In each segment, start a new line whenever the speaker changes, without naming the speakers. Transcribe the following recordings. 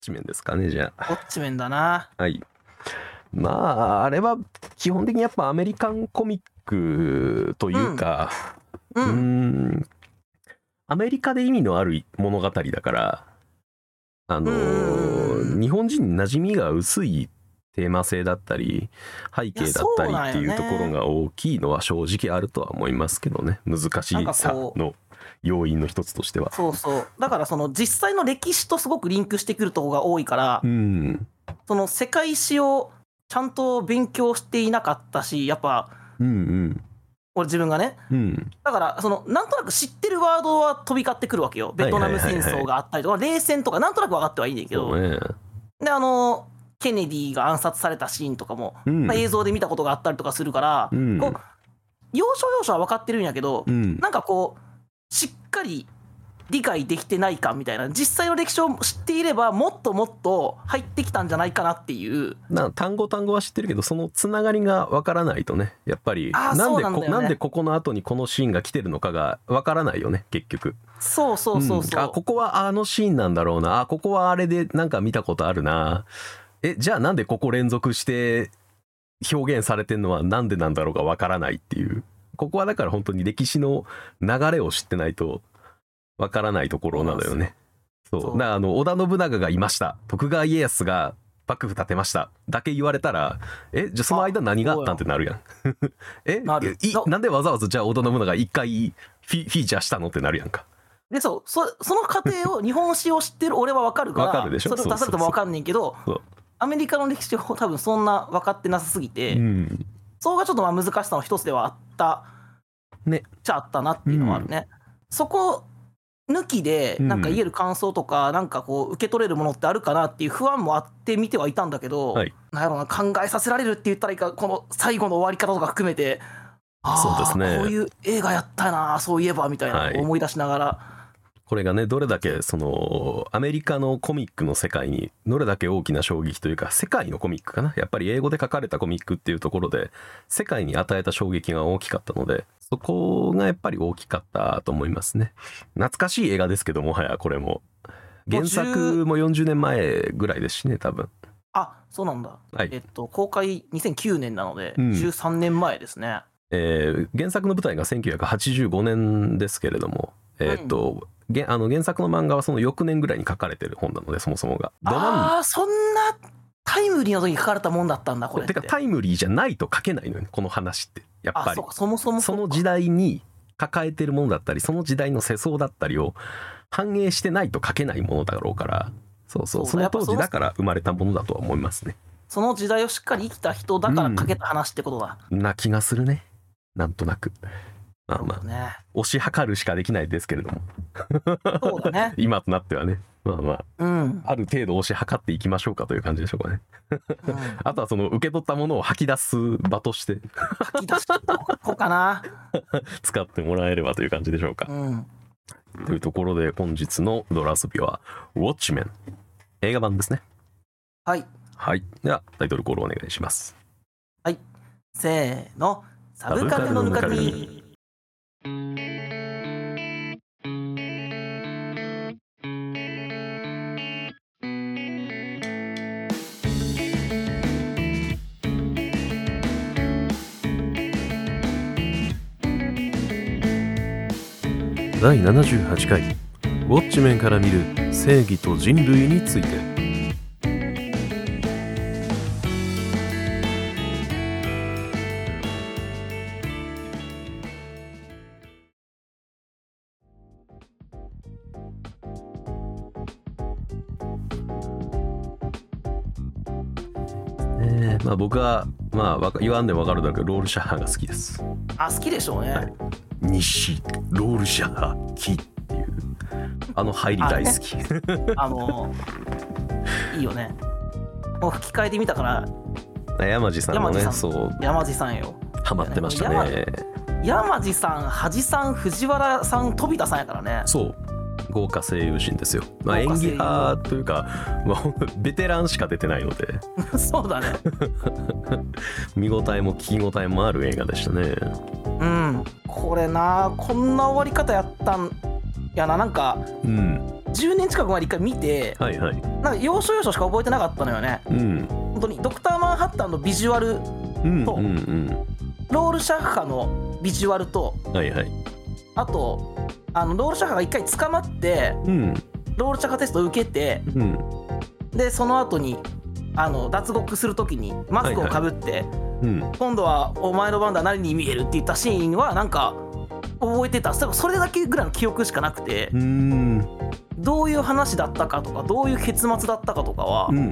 ち面ですかね、じゃあ。
ウォッチメンだな。
はい。まあ、あれは基本的にやっぱアメリカンコミックというか、
う
うー
ん。
んアメリカで意味のある物語だからあの
うんうんうん
日本人に馴染みが薄いテーマ性だったり背景だった
いやそうなん
り
よ
っていう
ね
ところが大きいのは正直あるとは思いますけどね難し
なん
い
か
さ
こう
の要因の一つとしては。
そうそう。だからその実際の歴史とすごくリンクしてくるとこが多いから
う、ん
その世界史をちゃんと勉強していなかったし、やっぱ
うんうん
俺自分がね、
うん
だからそのなんとなく知ってるワードは飛び交ってくるわけよ。ベトナム戦争があったりとか、冷戦とかなんとなく分かってはいいねんけ
そ
ど。
うね
で、あの、ケネディが暗殺されたシーンとかも、
うん
まあ映像で見たことがあったりとかするから
う、ん
こう要所要所は分かってるんやけど
う、ん
なんかこうしっかり理解できてないかみたいな実際の歴史を知っていればもっともっと入ってきたんじゃないかなっていう
な単語単語は知ってるけどそのつながりがわからないとねやっぱり
あー
なんで
そうなんだよ
こ
ね
なんでここの後にこのシーンが来てるのかがわからないよね結局
そうそうそうそ
ん
う、
あここはあのシーンなんだろうなあここはあれでなんか見たことあるなえじゃあなんでここ連続して表現されてるのはなんでなんだろうがわからないっていうここはだから本当に歴史の流れを知ってないとわからないところなのよねそう
そう
だからあの織田信長がいました徳川家康が幕府建てましただけ言われたらえじゃあその間何があったんってなるやん え
なる
いなんでわざわざじゃあ織田信長が一回フィフィーチャーしたのってなるやんか
でそうそその過程を日本史を知ってる俺は分かるから
分かるでしょ
それを出されても分かんねんけど
そう
アメリカの歴史を多分そんな分かってなさすぎて、
うん
そこがちょっとまあ難しさの一つではあった
ね
ちゃあったなっていうのはあるね、そこ抜きで
うん
なんか言える感想とかなんかこう受け取れるものってあるかなっていう不安もあって見てはいたんだけど、
はい
なんやろうな考えさせられるって言ったらいいかこの最後の終わり方とか含めてあー
そうですね
こういう映画やったよなそういえばみたい
はい
な思い出しながら、
これがねどれだけそのアメリカのコミックの世界にどれだけ大きな衝撃というか世界のコミックかなやっぱり英語で書かれたコミックっていうところで世界に与えた衝撃が大きかったのでそこがやっぱり大きかったと思いますね懐かしい映画ですけどもはやこれも原作も40年前ぐらいですしね多分
あそうなんだ、
はい
えっと公開2009年なので、
うん
13年前ですね
えー原作の舞台が1985年ですけれども、えーっとげあの原作の漫画はその翌年ぐらいに書かれてる本なのでそもそもがど真ん
ああーそんなタイムリーな時に書かれたもんだったんだこれって
てかタイムリーじゃないと書けないのよねこの話ってやっぱ
あ
り
そうかそもそも
その
うか
時代に抱えてるものだったりその時代の世相だったりを反映してないと書けないものだろうからそうそうそ
そうだや
の
っぱ
当
そ
時
の
だから生まれたものだとは思いますね
その時代をしっかり生きた人だから書けた話ってことだ。
な気がするねなんとなくまあまあ
ね、
推し量るしかできないですけれども
そうだね。
今となってはねまあまあ
うん。うん
ある程度推し量っていきましょうかという感じでしょうかねあとはその受け取ったものを吐き出す場として
書き出してこうかな。
使ってもらえればという感じでしょうか
うん。
というところで本日のドラ遊びは「ウォッチメン」映画版ですね
はい。
はいではタイトルコールお願いします
せーの。サブカルのぬかるみ。
第78回「ウォッチメン」から見る正義と人類についてえーまあ、僕は、まあわか、言わんでも分かるだろうけどロールシャッハが好きです。
あ、好きでしょうね。
はい西ロールシャハキっていうあの入り大好 き
あの、いいよね。もう吹き替えてみたから、
山地さんもね
山地さ
そう
山地さんよ。
ハマってました
山
ね
山地さん、恥さん、藤原さん、飛田さんやからね。
そう豪華声優陣ですよ、まあ、演
豪華
技
声優
派というか、まあ ほんとベテランしか出てないので
そうだね。
見応えも聞き応えもある映画でしたね
うん。これな、こんな終わり方やったんやな。なんか、
うん
10年近くまで一回見て
はいはい
なんか要所要所しか覚えてなかったのよね
うん
本当にドクター・マンハッタンのビジュアル
うん
そう
うん
ロール・シャッハのビジュアルと
うんはいはい
あとあのロール・シャッハが一回捕まって
うん
ロール・シャッハテストを受けて
うん
でその後にあの脱獄する時にマスクをかぶって、
うん
今度は「お前の番だ何に見える?」って言ったシーンはなんか覚えてたそれそれだけぐらいの記憶しかなくて
うーん
どういう話だったかとかどういう結末だったかとかは
うんうんう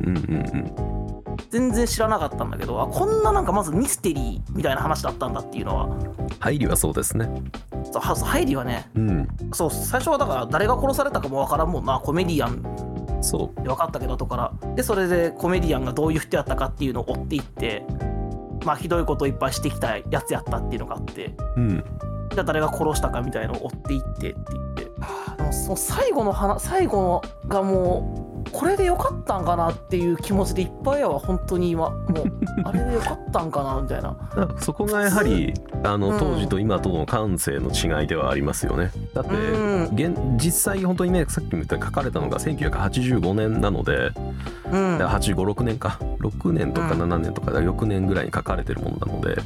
ん
全然知らなかったんだけどあこんななんかまずミステリーみたいな話だったんだっていうのは
入りはそうですね
そうは入りはね
うん
そう最初はだから誰が殺されたかもわからんもんなコメディアン
そ
で分かったけど後からでそれでコメディアンがどういう人やったかっていうのを追っていってまあひどいことをいっぱいしてきたやつやったっていうのがあって
ううん
じゃあ誰が殺したかみたいのを追っていってって言ってはあでもその最後の話最後のがもうこれでよかったんかなっていう気持ちでいっぱいやわ本当に今もう あれでよかったんかなみたいな
だからそこがやはりあ
う
の
ん
当時と今との感性の違いではありますよね。だって
うん
現実際本当にねさっきも言ったように書かれたのが1985年なので
うん
856年か6年とか
うん
7年とか6年ぐらいに書かれてるものなので、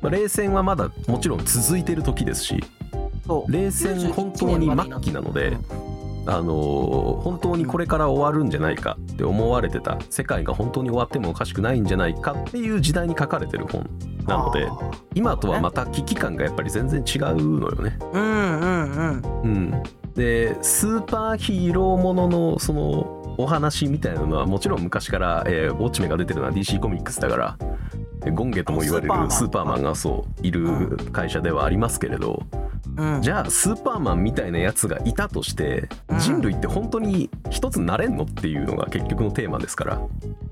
まあ、冷戦はまだもちろん続いてる時ですし
そう
冷戦本当に末期なので。あのー本当にこれから終わるんじゃないかって思われてた世界が本当に終わってもおかしくないんじゃないかっていう時代に書かれてる本なので
あー
今とはまた危機感がやっぱり全然違うのよね。
うんうんうん
うん、でスーパーヒーローもののそのお話みたいなのはもちろん昔から、えーウォッチメンが出てるのは DC コミックスだからえーゴンゲとも言われる
ス
ス
ー
ーパ
パー
ー
マン
マンがそういる会社ではありますけれど
うん
じゃあスーパーマンみたいなやつがいたとして
うん
人類って本当に一つになれんのっていうのが結局のテーマですから。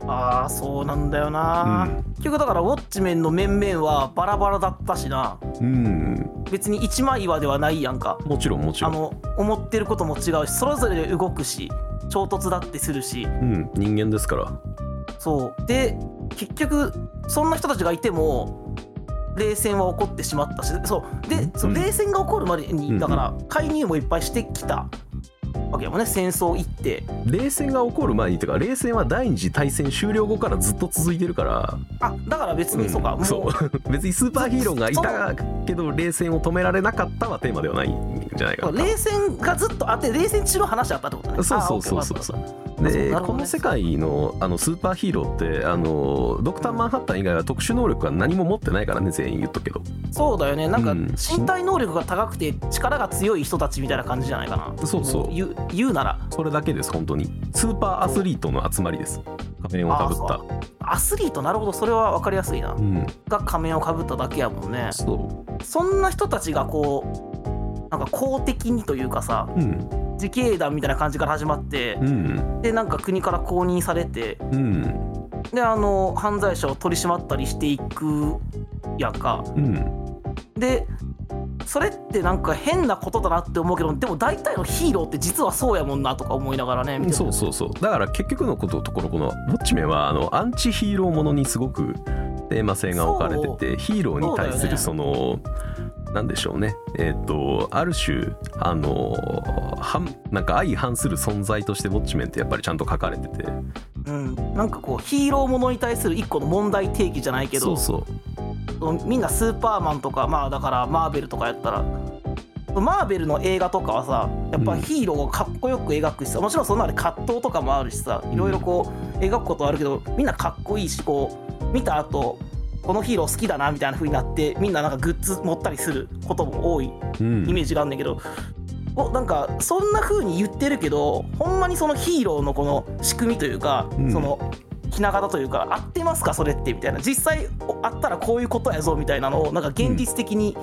ああそうなんだよな、
うん
結局だからウォッチメンの面々はバラバラだったしな
うん、
別に一枚岩ではないやんか
もちろんもち
あ
ろん、
の思ってることも違うしそれぞれ動くし衝突だってするし
うん、人間ですから。
そうで結局そんな人たちがいても冷戦は起こってしまったしそうでそう
うん
冷戦が起こるまで
う
に
ん
だから介入もいっぱいしてきたわけやもんね戦争行って
冷戦が起こる前にというか冷戦は第二次大戦終了後からずっと続いてるから、
あだから別にそうか、
うん
もう
そう別にスーパーヒーローがいたけど冷戦を止められなかったはテーマではないんじゃないかな
冷戦がずっとあって冷戦中の話あったってことね
そうそうそうそう
あ
そう
あそう
で
なるほどね
この世界のあのスーパーヒーローってあのドクター・マンハッタン以外は特殊能力は何も持ってないからね全員言っとくけど
OK そうだよねなんか
うん
身体能力が高くて力が強い人たちみたいな感じじゃないかな
そうそう
言う言うなら
それだけです本当にスーパーアスリートの集まりです仮面をかぶ
あ
っ
アスリートなるほどそれは分かりやすいな
たうん
が仮面をかぶっただけやもんね
そ
そんな人たちがこうなんか公的にというかさ
ううん
自警団みたいな感じから始まって
うん
でなんか国から公認されて
うん
であの犯罪者を取り締まったりしていくやんか
うん
でそれってなんか変なことだなって思うけどでも大体のヒーローって実はそうやもんなとか思いながらね見てて
そうそうそうだから結局のことところこのウォッチメンはあのアンチヒーローものにすごくテーマ性が置かれててヒーローに対する
そ
そのなんでしょうねえっ、とある種あの反なんか相反する存在としてウォッチメンってやっぱりちゃんと書かれてて
うん、なんかこうヒーローものに対する一個の問題提起じゃないけ
そ
ど
うそ、
みんなスーパーマンとかまあだからマーベルとかやったらマーベルの映画とかはさやっぱヒーローをかっこよく描くしさもちろんその中で葛藤とかもあるしさいろいろこう描くことはあるけどみんなかっこいいしこう見た後このヒーロー好きだなみたいな風になってみんななんかグッズ持ったりすることも多いう
う
イ
ん、
メージがあんねんけど、おなんかそんな風に言ってるけどほんまにそのヒーローのこの仕組みというか、
うん
そのひな形というか合ってますかそれってみたいな実際おあったらこういうことやぞみたいなのをなんか現実的に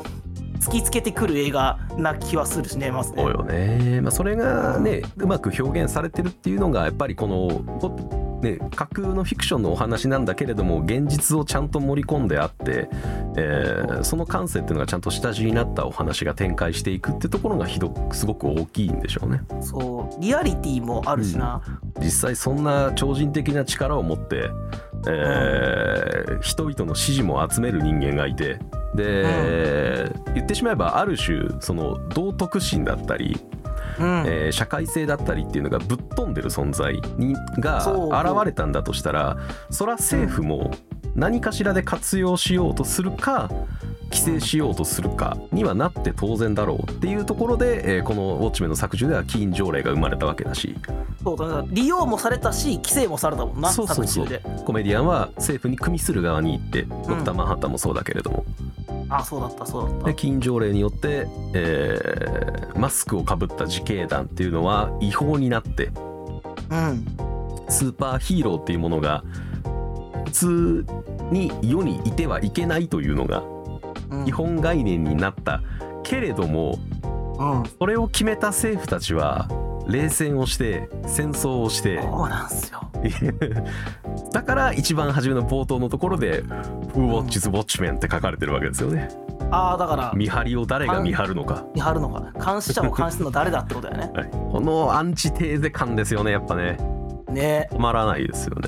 突きつけてくる映画な気はするしねますね
そう。よね、まあ、それがねうまく表現されてるっていうのがやっぱりこのこ。ね、架空のフィクションのお話なんだけれども現実をちゃんと盛り込んであって、えーその感性っていうのがちゃんと下地になったお話が展開していくってところがひどすごく大きいんでしょうね
そうリアリティもあるしな、
実際そんな超人的な力を持って、えー人々の支持も集める人間がいてで、言ってしまえばある種その道徳心だったり
うん
えー社会性だったりっていうのがぶっ飛んでる存在に
そう
が現れたんだとしたらそら政府も何かしらで活用しようとするか規制しようとするかにはなって当然だろうっていうところで、えーこの「ウォッチメン」の作中では起因条例が生まれたわけだし
そうだね利用もされたし規制もされたもんな
そうそうそう
作中で
コメディアンは政府に組みする側に行ってドクター・マンハッタンもそうだけれども、
あそうだったそうだ
で
っ
起因条例によって、えーマスクをかぶった自警団っていうのは違法になって
たうん
スーパーヒーローっていうものが普通に世にいてはいけないというのが
うん
基本概念になったけれども
うん
それを決めた政府たちは冷戦をして戦争をして
そうなんすよ
だから一番初めの冒頭のところで「Who watches Watchmen」って書かれてるわけですよね。
ああだから
見張りを誰が見張るのか、
見張るのか監視者を監視するの誰だってことだよ ね
はいこのアンチテーゼ感ですよねやっぱね
ね
止まらないですよね。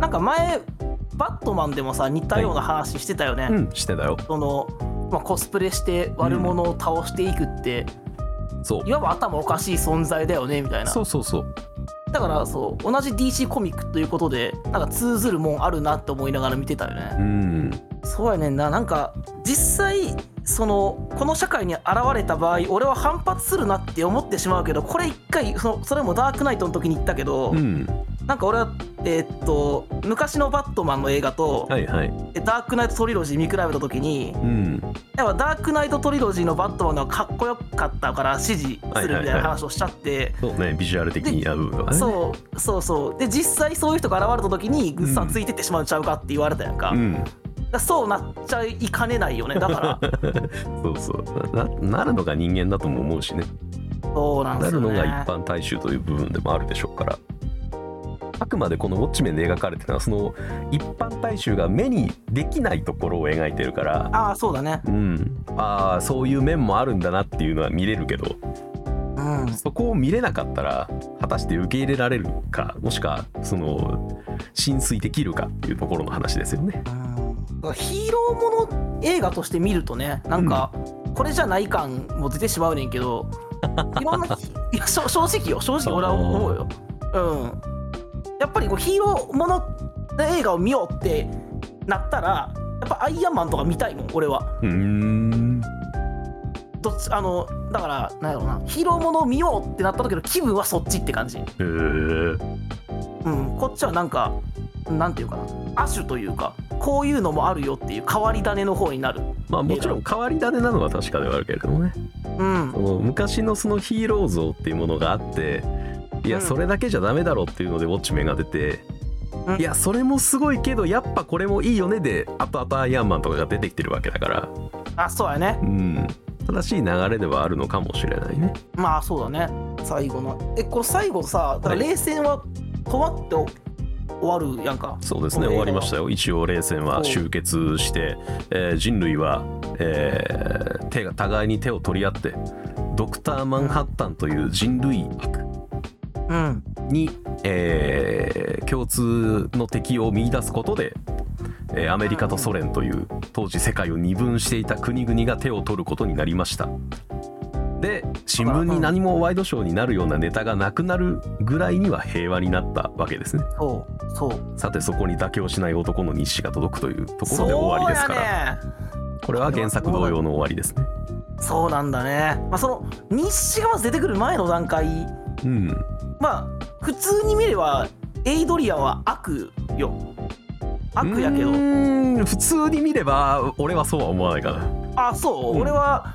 なんか前バットマンでもさ似たような話してたよね、
うんしてたよ
その、まあ、コスプレして悪者を倒していくって、
そう
いわば頭おかしい存在だよねみたいな
そうそうそう
だからそう同じ DC コミックということでなんか通ずるもんあるなって思いながら見てたよね
うん
そうやねんななんか実際そのこの社会に現れた場合俺は反発するなって思ってしまうけどこれ一回そのそれもダークナイトの時に言ったけど、
うん
なんか俺はえーっと昔のバットマンの映画と、
はいはい
ダークナイトトリロジー見比べた時に
うん
やっぱダークナイトトリロジーのバットマンがかっこよかったから支持するみたいな話をしちゃって。
そうねビジュアル的に合うわね
そうそうそうで実際そういう人が現れた時にグッさ
うん
んついてってしまうんちゃうかって言われたやんか,、
うん、
そうなっちゃいかねないよねだから
そうそうななるのが人間だとも思うしね
そうなんで
な
す
る
よ、ね、
のが一般大衆という部分でもあるでしょうからあくまでこの「ウォッチメン」で描かれてるのはその一般大衆が目にできないところを描いてるから
ああそうだね
うん、ああそういう面もあるんだなっていうのは見れるけど
うん
そこを見れなかったら果たして受け入れられるかもしくはその浸水できるかっていうところの話ですよね。
うんヒーローもの映画として見るとねなんか、これじゃない感も出てしまうねんけどいろんないやしょ正直よ正直俺は思うよ。うん、やっぱりこうヒーローものの映画を見ようってなったらやっぱアイアンマンとか見たいもん俺は。
うーん
どっちあのだからなんやろうなヒーローものを見ようってなった時の気分はそっちって感じ。
へー
うん、こっちはなんかなんていうかな亜種というかこういうのもあるよっていう変わり種の方になる。
まあもちろん変わり種なのは確かではあるけれどもね
うん
その昔のそのヒーロー像っていうものがあっていや
うん
それだけじゃダメだろうっていうのでウォッチメンが出て
うん
いやそれもすごいけどやっぱこれもいいよねであとあとアイアンマンとかが出てきてるわけだから
あそうやね
うん正しい流れではあるのかもしれないね。
まあそうだね最後のえこれ最後さだから
はい
冷戦は止まってお終わるやんか
そうですね終
この映画
わりましたよ一応冷戦は終結して、えー人類は、えー手が互いに手を取り合ってドクター・マンハッタンという人類悪
うん
に、えー共通の敵を見出すことで、えーアメリカとソ連という当時世界を二分していた国々が手を取ることになりました。で新聞に何もワイドショーになるようなネタがなくなるぐらいには平和になったわけですね。
そうそう
さてそこに妥協しない男の日誌が届くというところで終わりですから、
そうやね
これは原作同様の終わりですね。
そうなんだねまあその日誌がまず出てくる前の段階
うん、
まあ普通に見ればエイドリアンは悪よ悪やけど
うーん普通に見れば俺はそうは思わないかな。
あそう、
うん
俺は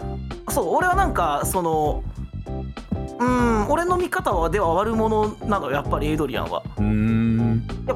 そう俺はなんかそのうん俺の見方はでは悪者なのよやっぱりエイドリアンは
うーん
やっ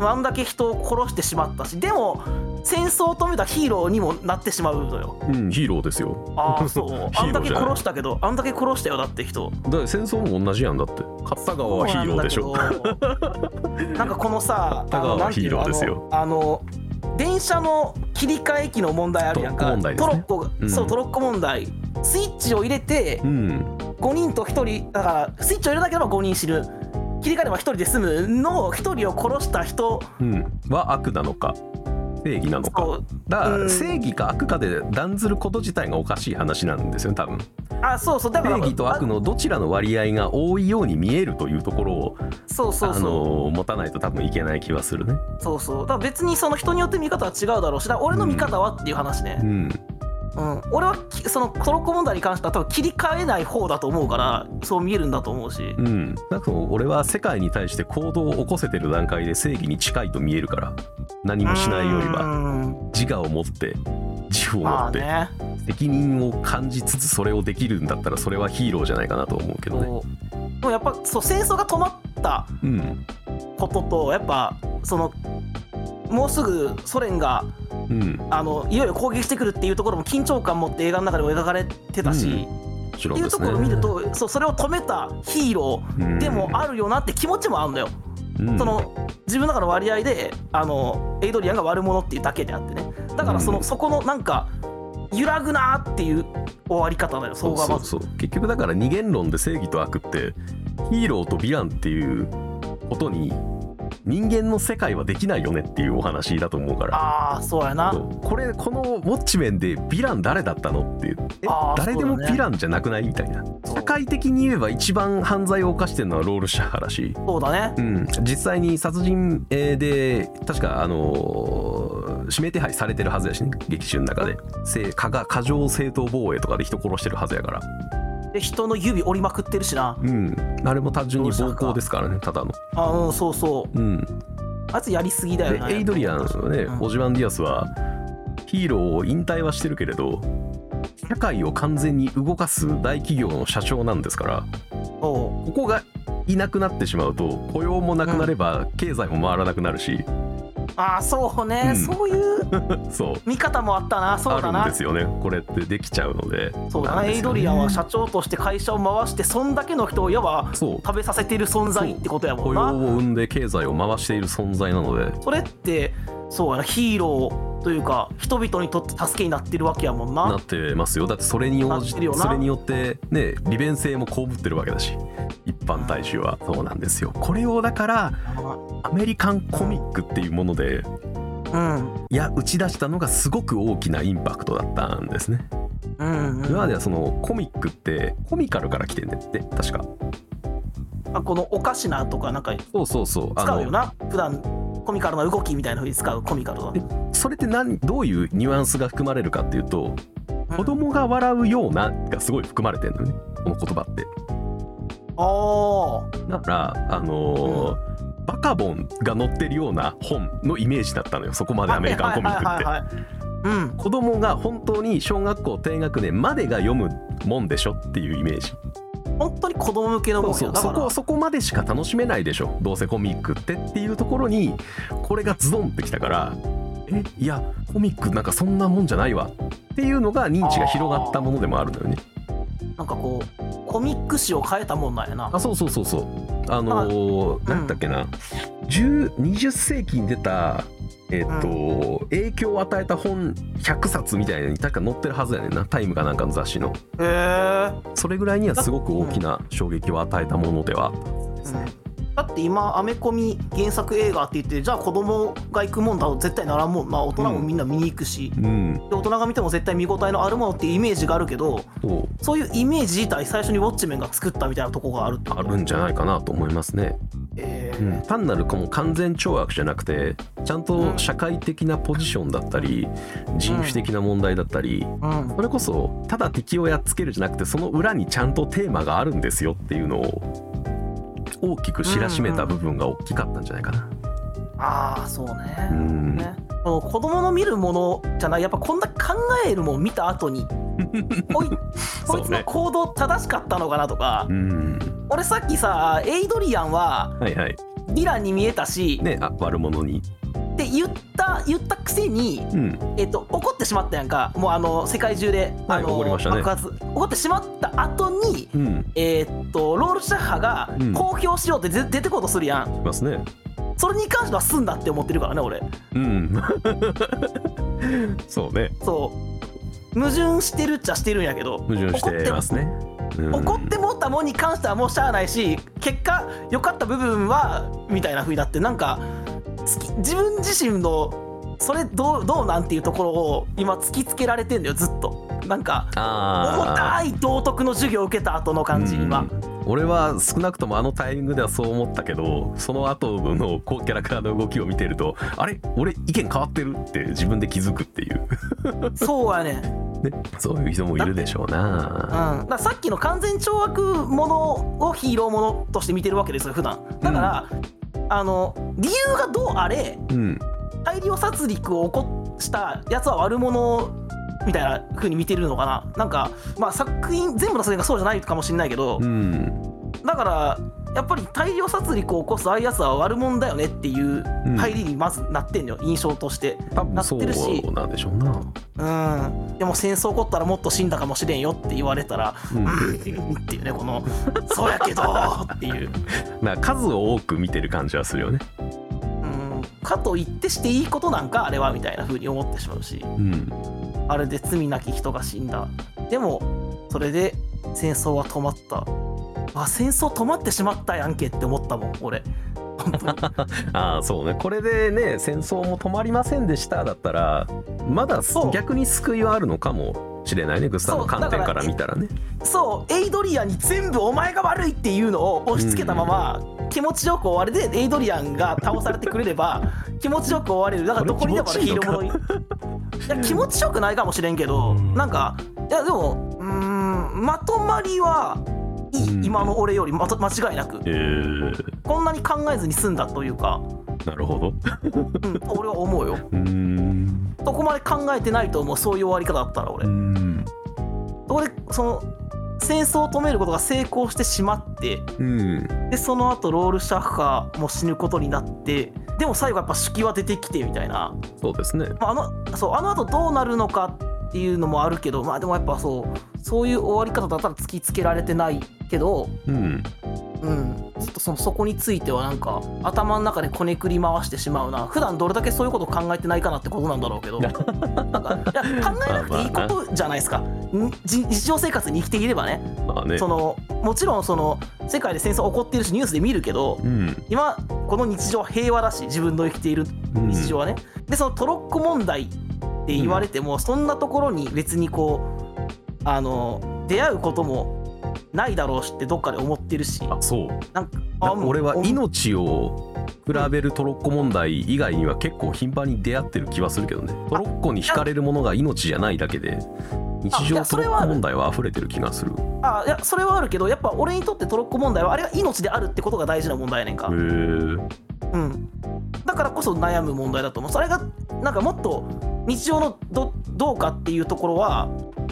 ぱあんだけ人を殺してしまったしでも戦争を止めたヒーローにもなってしまうのよ
うんヒーローですよ。
ああそう
ヒ
あ
ー
ん
ロ
だ
ー
け
じゃない
殺したけどあんだけ殺したよだって人
だから戦争も同じやんだって勝った側はヒーローでしょ。
そうなんだけど なんかこのさ
片側はヒーローですよ
あのなんていうのあのあの電車の切り替え機の問題あるやん
トロッコ
か、
問題です
ト
ね
ロッコが、
うん
そうトロッコ問題スイッチを入れて
うん
5人と1人だからスイッチを入れなければ5人死ぬ切り替えれば1人で済むの1人を殺した人
うんは悪なのか正義なのか
そう
だか
う
ら
ん
正義か悪かで断ずること自体がおかしい話なんですよね多分
あそうそうだか
正
ら
義と悪のどちらの割合が多いように見えるというところを
あそうそう
あ
そう
の持たないと多分いけない気はするね
そうそうだから別にその人によって見方は違うだろうしだから俺の見方はっていう話ね、
うん
うん、俺はきそのトロッコ問題に関しては多分切り替えない方だと思うからそう見えるんだと思うし
うんなんか俺は世界に対して行動を起こせてる段階で正義に近いと見えるから何もしないより
う
は
ん
自我を持って自負を持
まあ
って
ね
責任を感じつつそれをできるんだったらそれはヒーローじゃないかなと思うけどね。
そうでもやっぱそう戦争が止まった
うん
こととやっぱそのもうすぐソ連が
うん、
あのいよいよ攻撃してくるっていうところも緊張感持って映画の中でも描かれてたし、
うん
っ
もちろ
て
ん
いう
で
と
す
こ
ね。
ろを見るとそうそれを止めたヒーロ
うん
ーでもあるよなって気持ちもあるのよ。
うん
その自分の中の割合であのエイドリアンが悪者っていうだけであってねだからその、
うん
そこのなんか揺らぐなーっていう終わり方なのよ
そ
そこ
う
が
そ
ま
う
ず
そう結局だから二元論で正義と悪ってヒーローとヴィランっていうことに人間の世界はできないよねっていうお話だと思うから。
ああそうやな
そうこれこのウォッチメンでヴィラン誰だったのっていうえ
あー
誰で
そ
も
う
ヴ
だね
ィランじゃなくないみたいな
そう
社会的に言えば一番犯罪を犯してるのはロールシャハだし
そうだね
うん、実際に殺人えーで確か、あのー指名手配されてるはずやしね劇中の中でせ過が過剰正当防衛とかで人殺してるはずやから、
で人の指折りまくってるしな
うん、あれも単純に暴行ですからねただの、
あうんそうそう
うん、
あいつやりすぎだよな
でエイドリアンはね、
うん
オジバン・ディアスはヒーローを引退はしてるけれど社会を完全に動かす大企業の社長なんですから
そ
ここがいなくなってしまうと雇用もなくなれば経済も回らなくなるし、
うああそうね、
うん
そういう
そう
見方もあったなそうだ
あるん
な
ですよねこれってできちゃうので
そうだ
な
なん
です
エイ
よ
ド
ね
リアンは社長として会社を回してそんだけの人をいわば
そう
食べさせている存在ってことやも
雇用
んな
を生んで経済を回している存在なので
それってそうやなヒーローというか人々にとって助けになってるわけやもんな
なってますよだってそれに応じ
なってるよな
それによってね利便性も被ってるわけだし一般大衆はそうなんですよこれをだからアメリカンコミックっていうもので
うん
いや打ち出したのがすごく大きなインパクトだったんですね
うんう
今ま
ん
ではそのコミックってコミカルから来てんだって確か
あこのおかしなとかなんか
そうそうそうあ
使う
の
よな普段コミカルな動きみたいなふうに使うコミカルだ
でそれって何どういうニュアンスが含まれるかっていうと
うん
子供が笑うようながすごい含まれてるのねこの言葉って
あ
だからあのーバカボンが載ってるような本のイメージだったのよそこまで
あ
アメリカンコミックって
はいはいはいはいはいうん
子供が本当に小学校低学年までが読むもんでしょっていうイメージ
本当に子供向け
そ
のも
うんそ
よ
う
だ
そ
か
こそこまでしか楽しめないでしょどうせコミックってっていうところにこれがズドンってきたからえいやコミックなんかそんなもんじゃないわっていうのが認知が広がったものでもあるんだよね
らなんかこうコミック誌を変えたもんなんやな
あそうそうそうそうあのー
あ
なんだっけな、10 20世紀に出たえっと、影響を与えた本100冊みたいなのに確か載ってるはずやねんな「タイム」かなんかの雑誌の
へえ
それぐらいにはすごく大きな衝撃を与えたものではあったんですね、
だって今アメコミ原作映画って言ってじゃあ子供が行くもんだと絶対ならんもんな大人もみんな見に行くし、
うん
で大人が見ても絶対見応えのあるものっていうイメージがあるけど
そう
そういうイメージ自体最初にウォッチメンが作ったみたいなとこがあるって
あるんじゃないかなと思いますね、
え
う
ー
ん、単なるこの完全懲悪じゃなくてちゃんと社会的なポジションだったり人種的な問題だったり
うん
それこそただ敵をやっつけるじゃなくてその裏にちゃんとテーマがあるんですよっていうのを大きく知らしめた部分が大きかったんじゃないかな。
ああそうね,、
うん
ねその子供の見るものじゃないやっぱこんな考えるもん見た 後にこいこいつ
そうね
の行動正しかったのかなとか、
うん
俺さっきさエイドリアンは
はいはい。
ディランに見えたし、
ねあ悪者に。
って言った言ったくせに、
うん
えっと、怒ってしまったやんかもうあの世界中で、
はい
あの
怒りましたね
爆発怒ってしまった後に
うん
えーっとロールシャッハが
うん
公表しようって出出てこうとするやん、
いますね。
それに関しては済んだって思ってるからね俺
うん そうね
そう矛盾してるっちゃしてるんやけど
矛盾してますね。うん
怒ってもったもんに関してはもうしゃあないし結果良かった部分はみたいな風になってなんか好き自分自身のそれどうどうなんていうところを今突きつけられてんだよずっとなんか重
あ
たい道徳の授業を受けた後の感じ
うん
今、
俺は少なくともあのタイミングではそう思ったけどその後のこうキャラクターの動きを見てるとあれ俺意見変わってるって自分で気づくっていう、
そうやねん、うん、
ね、そういう人もいるでしょうな
だからさっきの完全懲悪者をヒーローものとして見てるわけですよ普段だから、あの理由がどうあれ
うん
大量殺戮を起こしたやつは悪者みたいな風に見てるのかななんかまあ作品全部の作品がそうじゃないかもしれないけど、
うん
だからやっぱり大量殺戮を起こすああいうやつは悪者だよねっていう
うん
入りにまずなってんのよ、印象として
多分
なってるし
そうなんでしょうな、
うんでも戦争起こったらもっと死んだかもしれんよって言われたら
うん
うんっていうねこの「そうやけど」っていう、
なんか数を多く見てる感じはするよね
うん、かといってしていいことなんかあれはみたいな風に思ってしまうし
うん
あれで罪なき人が死んだでもそれで戦争は止まったあ戦争止まってしまったやんけって思ったもん俺本当に
ああそうねこれでね戦争も止まりませんでしただったらまだ
そう
逆に救いはあるのかもしれないねグスタの
そう
観点
だ
か
から
ら見たらね
そうエイドリアンに全部お前が悪いっていうのを押し付けたまま、気持ちよく終われでエイドリアンが倒されてくれれば気持ちよく終われるだからどこにでもある
これ
ヒ
気持
ーロ
ちいい
ー
の
ものにいや気持ちよくないかもしれんけど、
うん
なんかいやでもうーんまとまりはいい、
うん
今の俺よりまと間違いなく
えー、
こんなに考えずに済んだというか、
なるほど
うん、俺は思うよ
うーん
そこまで考えてないと思うそういう終わり方だったら
う
俺、
ん
俺その戦争を止めることが成功してしまって
うん
でその後ロールシャッハーも死ぬことになってでも最後やっぱ手記は出てきてみたいな、
そうですね
まあ、あのそうあの後どうなるのかっていうのもあるけどまあでもやっぱそうそういう終わり方だったら突きつけられてないけど
うん
うんちょっとそのそこについてはなんか頭の中でこねくり回してしまうな普段どれだけそういうこと考えてないかなってことなんだろうけどなんかいや考えなくていいことじゃないですかんじ日常生活に生きていればね
まあね
そのもちろんその世界で戦争起こってるしニュースで見るけど
うん
今この日常は平和だし自分の生きている
うん
日常はね、でそのトロッコ問題って言われても、そんなところに別にこうあの出会うこともないだろうしってどっかで思ってるし
あそう
なんかあ
なんか俺は
もう
命を比べるトロッコ問題以外には結構頻繁に出会ってる気はするけどねトロッコに惹かれるものが命じゃないだけで日
い
常
や
ト
そ
ロ
れは
ッコ問題は溢れてる気がするへ
あいやそれはあるけどやっぱ俺にとってトロッコ問題はあれが命であるってことが大事な問題やねんか、
ー
うん、だからこそ悩む問題だと思うそれがなんかもっと日常のどどうかっていうところは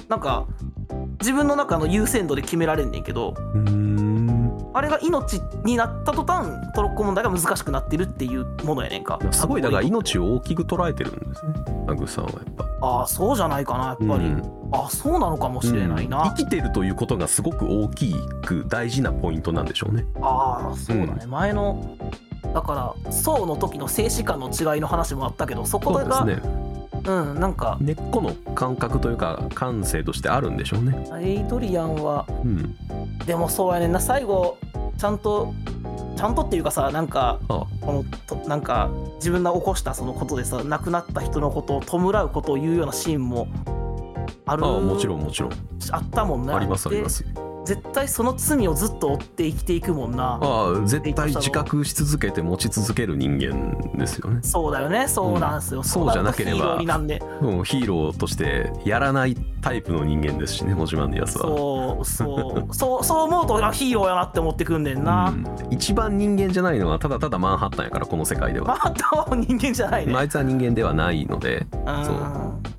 なんか自分の中の優先度で決められんねんけど
うーん
あれが命になった途端トロッコ問題が難しくなってるっていうものやねんか
すごいだから命
を
を大きく捉えてるんですねアグさんはやっぱ
ああそうじゃないかなやっぱり、
うん
ああそうなのかもしれない
うん
な、
生きてるということがすごく大きく大事なポイントなんでしょうね
ああそうだね、前のだから宋の時の静止観の違いの話もあったけどそこ
そうで
が
す
う,、
ね
んなんか
根っこの感覚というか感性としてあるんでしょうね
エイドリアンは
うん
でもそうやねんな最後ちゃんとちゃんとっていうかさなんか
あ
このとなんか自分が起こしたそのことでさ亡くなった人のことを弔うことを言うようなシーンもある
あもちろんもちろん
あったもんな
ありますあります
で絶対その罪をずっと追って生きていくもんな
ああ絶対自覚し続けて持ち続ける人間ですよね
そうだよねそうなんすよ、
そうじゃなければ
そうだとヒーローになんで
もうヒーローとしてやらないタイプの人間ですしねモジマンのやつは
そうそ うそうそう思うとあヒーローやなって思ってくんねんな、
うん一番人間じゃないのはただただマンハッタンやからこの世界では
まあどうも人間じゃないね、
まああいつは人間ではないので
うん
そう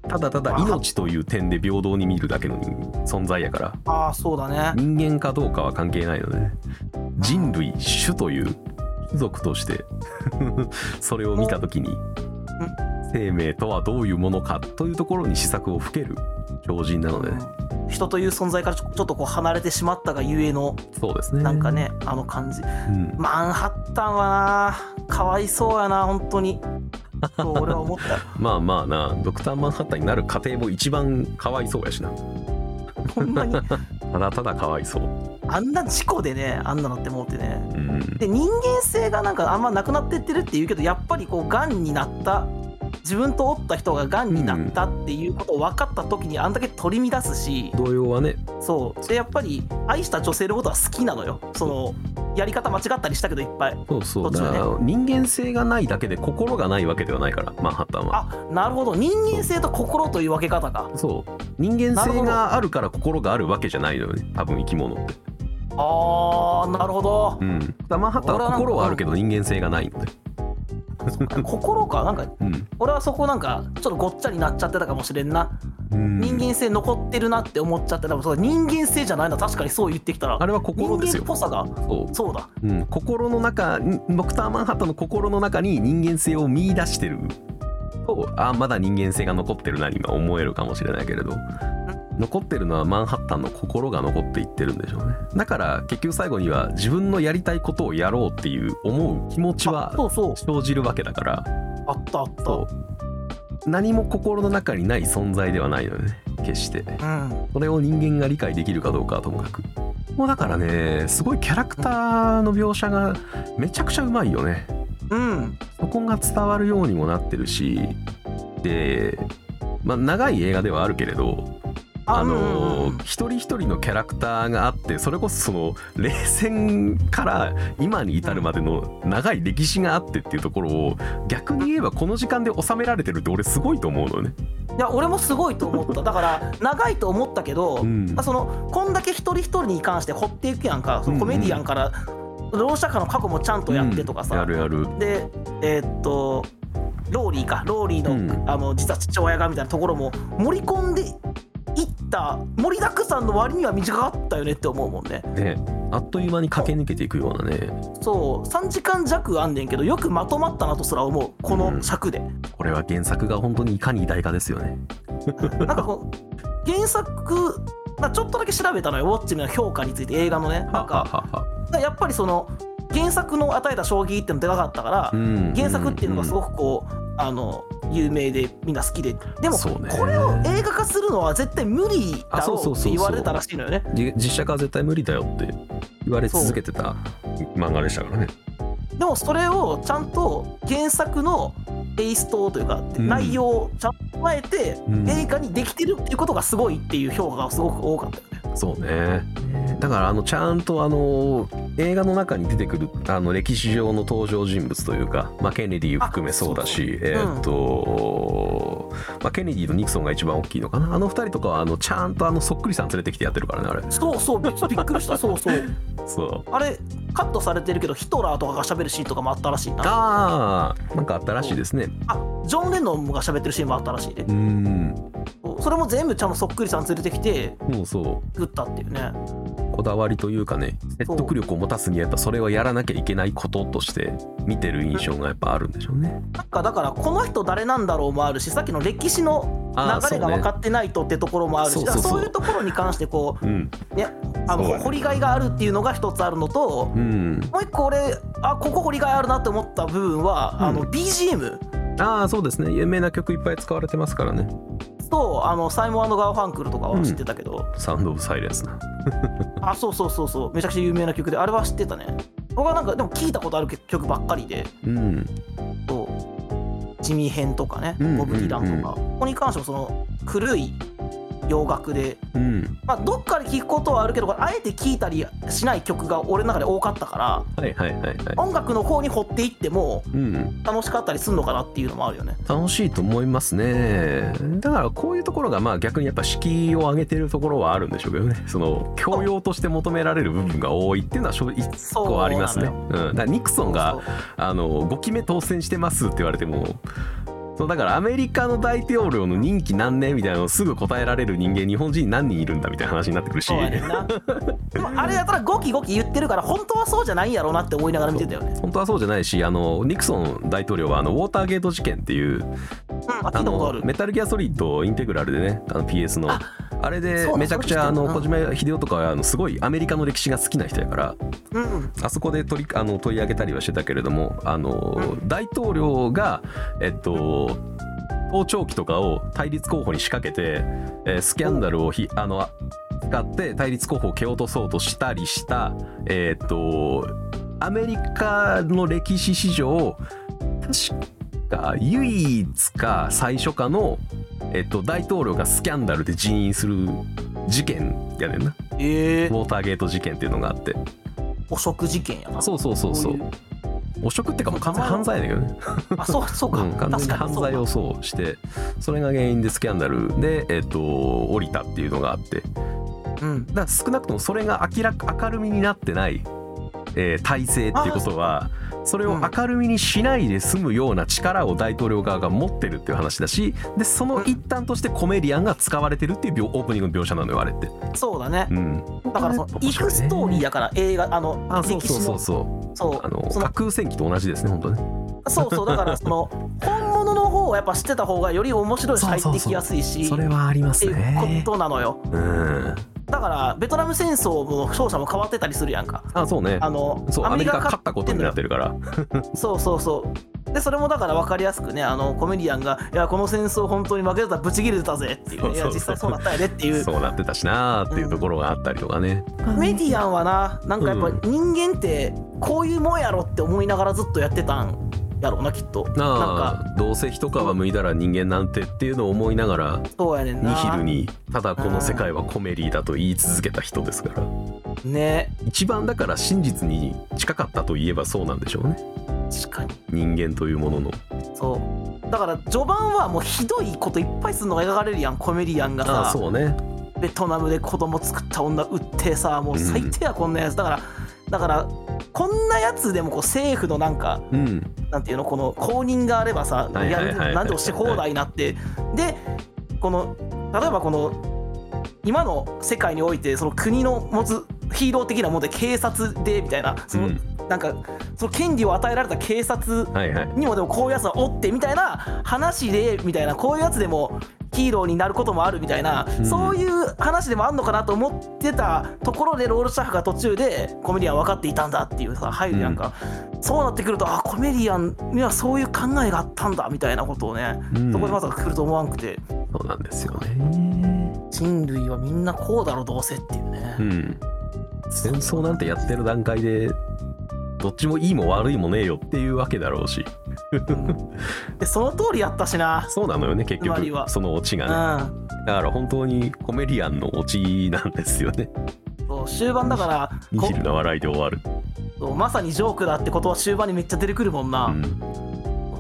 ただただ命という点で平等に見るだけの人存在やから
ああそうだね
人間かどうかは関係ないのでね人類種という種族として それを見た時に生命とはどういうものかというところに施策を吹ける超人なのでね
うん人という存在からちょちょっとこう離れてしまったがゆえの
そうですね
なんかねあの感じ
うん
マンハッタンはなかわいそうやな本当にそう俺は思った
まあまあなドクターマンハッタンになる過程も一番かわいそうやしな
ほんまに
ただただかわいそう
あんな事故でねあんなのって思ってね
うん
で人間性がなんかあんまなくなってってるっていうけどやっぱりこうがんになった自分とおった人ががんになったっていうことを分かった時にあんだけ取り乱すし、
動揺はね
そうでやっぱり愛した女性のことは好きなのよそのやり方間違ったりしたけどいっぱい
そうそうだ
そうです
か
よ
ら
ね
人間性がないだけで心がないわけではないからマンハッタンは
あなるほど人間性と心という分け方か
そう人間性があるから心があるわけじゃないのよね多分生き物って
あーなるほど
うんだからマンハッタンは心はあるけど人間性がないので
心かなんか
うん
俺はそこなんかちょっとごっちゃになっちゃってたかもしれんな、
うん
人間性残ってるなって思っちゃってたもんそうだ人間性じゃないな確かにそう言ってきたら
あれは心
人
です
間
よ
っぽさが
そ
そうだ
う、うん、心の中にドクター・マンハッタンの心の中に人間性を見出してるとあまだ人間性が残ってるなに今思えるかもしれないけれど残ってるのはマンハッタンの心が残っていってるんでしょうねだから結局最後には自分のやりたいことをやろうっていう思う気持ちは
あそうそう
生じるわけだから
あったあった
そうう何も心の中にない存在ではないのよね決して
ん
それを人間が理解できるかどうかはともかくもうだからねすごいキャラクターの描写がめちゃくちゃうまいよね
うん
そこが伝わるようにもなってるしでまあ長い映画ではあるけれど
あ
あ
うんうん
の
うん
一人一人のキャラクターがあってそれこそその冷戦から今に至るまでの長い歴史があってっていうところを逆に言えばこの時間で収められてるって俺すごいと思うのね。
いや俺もすごいと思っただから長いと思ったけど、
うん
そのこんだけ一人一人に関して掘っていくやんかそのコメディアンから、ろう者家の過去もちゃんとやってとかさ、
やるやる。
でえーっとローリーかローリーの,、
うん
あの実は父親がみたいなところも盛り込んでいった盛りだくさんの割には短かったよねって思うもんね
ねあっという間に駆け抜けていくようなね
そう3時間弱あんねんけどよくまとまったなとすら思うこ
うん
の尺で、
これは原作が本当にいかに偉大かですよね。
なんかこ う原作まあちょっとだけ調べたのよウォッチの評価について映画のねなんか
ははは
やっぱりその原作の与えた衝撃ってのでかかったから、
うん
原作っていうのがすご
く
くこう、あの有名でみんな好きででも
そうね
これを映画化するのは絶対無理
あ
だ
そう
ろ
そううそうそ
って
う
言われたらしいのよね
実写化は絶対無理だよって言われ続けてた漫画でしたからね。
でもそれをちゃんと原作のテイストというか、
うん
内容をちゃんと踏まえて、
うん
映画にできてるっていうことがすごいっていう評価がすごく多かったよね
そうねだからあのちゃんとあの映画の中に出てくるあの歴史上の登場人物というか、まあ、ケネディ含めそうだし
そう
えーっと、まあ、ケネディとニクソンが一番大きいのかなあの二人とかはあのちゃんとあのそっくりさん連れてきてやってるからねあれ
そうそうびっびっくりしたそうそう
そう
あれカットされてるけどヒトラーとかが喋るシーンとかもあったらしいな
ああなんかあったらしいですね
あジョン・レノンが喋ってるシーンもあったらしいね
うん
それも全部ちゃんとそっくりさん連れてきて
そうそう
作ったっていうね
こだわりというかね説得力を持たすにはやっぱそれはやらなきゃいけないこととして見てる印象がやっぱあるんでしょうね
なんかだからこの人誰なんだろうもあるしさっきの歴史の
あー
流れが分かってないとってところもある
そ
し
う
だ
そ
か
うそ
ら
う
そういうところに関してこ
うん
うねあの
そう
掘りがいがあるっていうのが一つあるのと
うん
もう一個俺あここ掘りがいあるなって思った部分はあ
う
の
ん
BGM
ああそうですね有名な曲いっぱい使われてますからね
とあのサイモンガーファンクルとかは知ってたけど
サウンド・オブ・サイレンスな
あそうそうそうそうめちゃくちゃ有名な曲であれは知ってたね僕はなんかでも聞いたことある曲ばっかりで
うん
そうジミ編とかね
うん
ボブ・ディランとか、ここに関してもその古い洋楽で、
うん
まあ、どっかで聴くことはあるけどあえて聴いたりしない曲が俺の中で多かったか
はいはいはいはい
ら音楽の方に掘っていっても
うん
楽しかったりするのかなっていうのもあるよね
楽しいと思いますねだからこういうところがまあ逆にやっぱ敷居を上げてるところはあるんでしょうけどね その教養として求められる部分が多いっていうのは正直一
そう
個ありますね
なの
うん、だからニクソンがあの5期目当選してますって言われてもそうだからアメリカの大統領の任期何年みたいなのをすぐ答えられる人間日本人何人いるんだみたいな話になってくるし
そうそうやねんなでもあれやったらゴキゴキ言ってるから本当はそうじゃないんやろうなって思いながら見てたよね
本当はそうじゃないしあのニクソン大統領はあのウォーターゲート事件っていう
うんあ聞
あ
いたこと
の
ある
メタルギアソリッドインテグラルでねあの PS の
あ
あれで
そうだ
めちゃくちゃあ
そう
の
だ
小島秀夫とかはあのすごいアメリカの歴史が好きな人やから
うんうん
あそこで取りあの取り上げたりはしてたけれどもあの大統領がえっと盗聴器とかを対立候補に仕掛けて、えースキャンダルをひあのあ使って対立候補を蹴落とそうとしたりしたえーっとアメリカの歴史史上確か唯一か最初かの、えっと、大統領がスキャンダルで人員する事件やねんな
ええ
ウォーターゲート事件っていうのがあって
汚職事件やな
そうそうそうそう
こ
汚職っていうかもう完全に犯罪だけどね
いうあそうそうか、
うん、完全
確
に
か
犯
にそう
罪をそうしてそれが原因でスキャンダルで、えっと降りたっていうのがあってだか
かうん
ら少なくともそれが明らか明るみになってない、えー体制っていうことはそれを明るみにしないで済むような力を大統領側が持ってるっていう話だしでその一端としてコメディアンが使われてるっていう描オープニングの描写なのよあれって。
そうだね
うん、
だからその
面
行
白い
く
ね
ストーリーやから映画あの
あそう
歴
そう
史
そう
の
そう
そう
あの
その
架空戦記と同じですね本当ね。
そうそうだから その本物の方をやっぱ知ってた方がより面白いし
そうそう
入
そう
ってきやすいし
それはありま
って
す
いう
ね
こ。となのよ
うん、
だからベトナム戦争も勝者も変わってたりするやんか
あそうね
あの
そうアメリカが勝ったことになっ
る
てるから
そうそうそうでそれもだから分かりやすくねあのコメディアンが「いやこの戦争本当に負けてたらブチ切れてたぜ」っていう,、ね、い
そ
や
うそうそう
実際そうなったやでっていう
そうなってたしなーっていうところがあったりとかね、
コメディアンはななんかやっぱ人間ってこういうもんやろって思いながらずっとやってたんやろうなきっとなん
な
か
あどうせ一皮むいたら人間なんてっていうのを思いながら
そうやねん
ニ
な
ヒルにただこの世界はコメディだと言い続けた人ですから
ね
一番だから真実に近かったといえばそうなんでしょうね
確かに
人間というものの
そうだから序盤はもうひどいこといっぱいするのが描かれるやんコメディアンが
ああ
さ
そうね
ベトナムで子供作った女売ってさもう最低やこんなやつ、だからだからこんなやつでもこう政府のなんか
うん
なんていうのこの公認があればさ
はい
や
はいはい
るなんでもし放題になってでこの例えばこの今の世界においてその国の持つヒーロー的なもので警察でみたいな
う
その、
ん
なんかその権利を与えられた警察
はいはい
にもでもこういうやつはおってみたいな話でみたいなこういうやつでもヒーローになることもあるみたいな、
うん
そういう話でもあんのかなと思ってたところでロールシャフが途中でコメディアン分かっていたんだっていうさ入るやんか、そうなってくるとあコメディアンにはそういう考えがあったんだみたいなことをね、
うん
そこでまさか来ると思わんくて
そうなんですよね
人類はみんなこうだろどうせっていうね、
うん戦争なんてやってる段階でどっちもいいも悪いもねえよっていうわけだろうし
でその通りやったしな、
そうなのよね結
つまり
局
は
そのオチが
う
ね
ん、
だから本当にコメディアンのオチなんですよね。
そう終盤だから
ニ
こ
ヒルな笑いで終わる。
そうまさにジョークだってことは終盤にめっちゃ出てくるもんな。
うん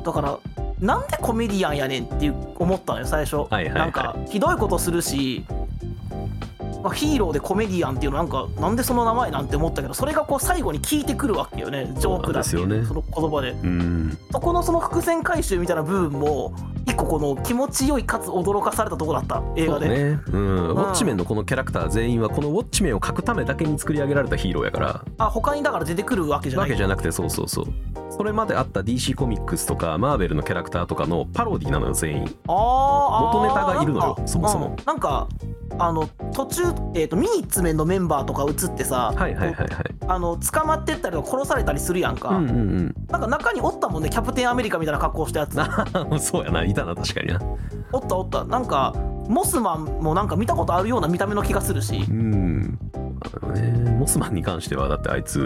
だからなんでコメディアンやねんっていう思ったのよ最初、
はいはいはい
なんかひどいことするし、まあ、ヒーローでコメディアンっていうのなんかなんでその名前なんて思ったけどそれがこう最後に効いてくるわけよねジョークだってい
そう
う
なんですよね
その言葉で
うん、
そこのその伏線回収みたいな部分も一個この気持ちよいかつ驚かされたとこだった映
そ
画
う
で、
ね、うん、ウ
ん
ォッチメンのこのキャラクター全員はこのウォッチメンを描くためだけに作り上げられたヒーローやから
あ他にだから出てくるわけじゃな
わ
い
けじゃなくてそうそうそうそれまであった DC コミックスとかマーベルのキャラクターとかのパロディなのよ全員
あーあー
元ネタがいるのよ
なんか
そもそも
うんなんかあの途中、えー、とミニッツメンのメンバーとか映ってさ、
はいはいはいはい
あの捕まってったりとか殺されたりするやんか、
うんうん
なんか中におったもんねキャプテンアメリカみたいな格好したやつ
うん そうやないたな確かにな
おったおったなんかモスマンもなんか見たことあるような見た目の気がするし
うんあのねモスマンに関してはだってあいつ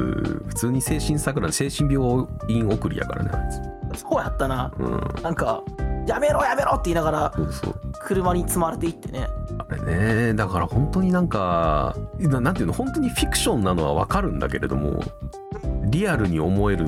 普通に精神桜精神病院送りやからねあいつ
そうやったな
うん
なんかやめろやめろって言いながら
そうそう
車に積まれていってね
あれねだから本当になんかななんていうの本当にフィクションなのはわかるんだけれどもリアルに思える、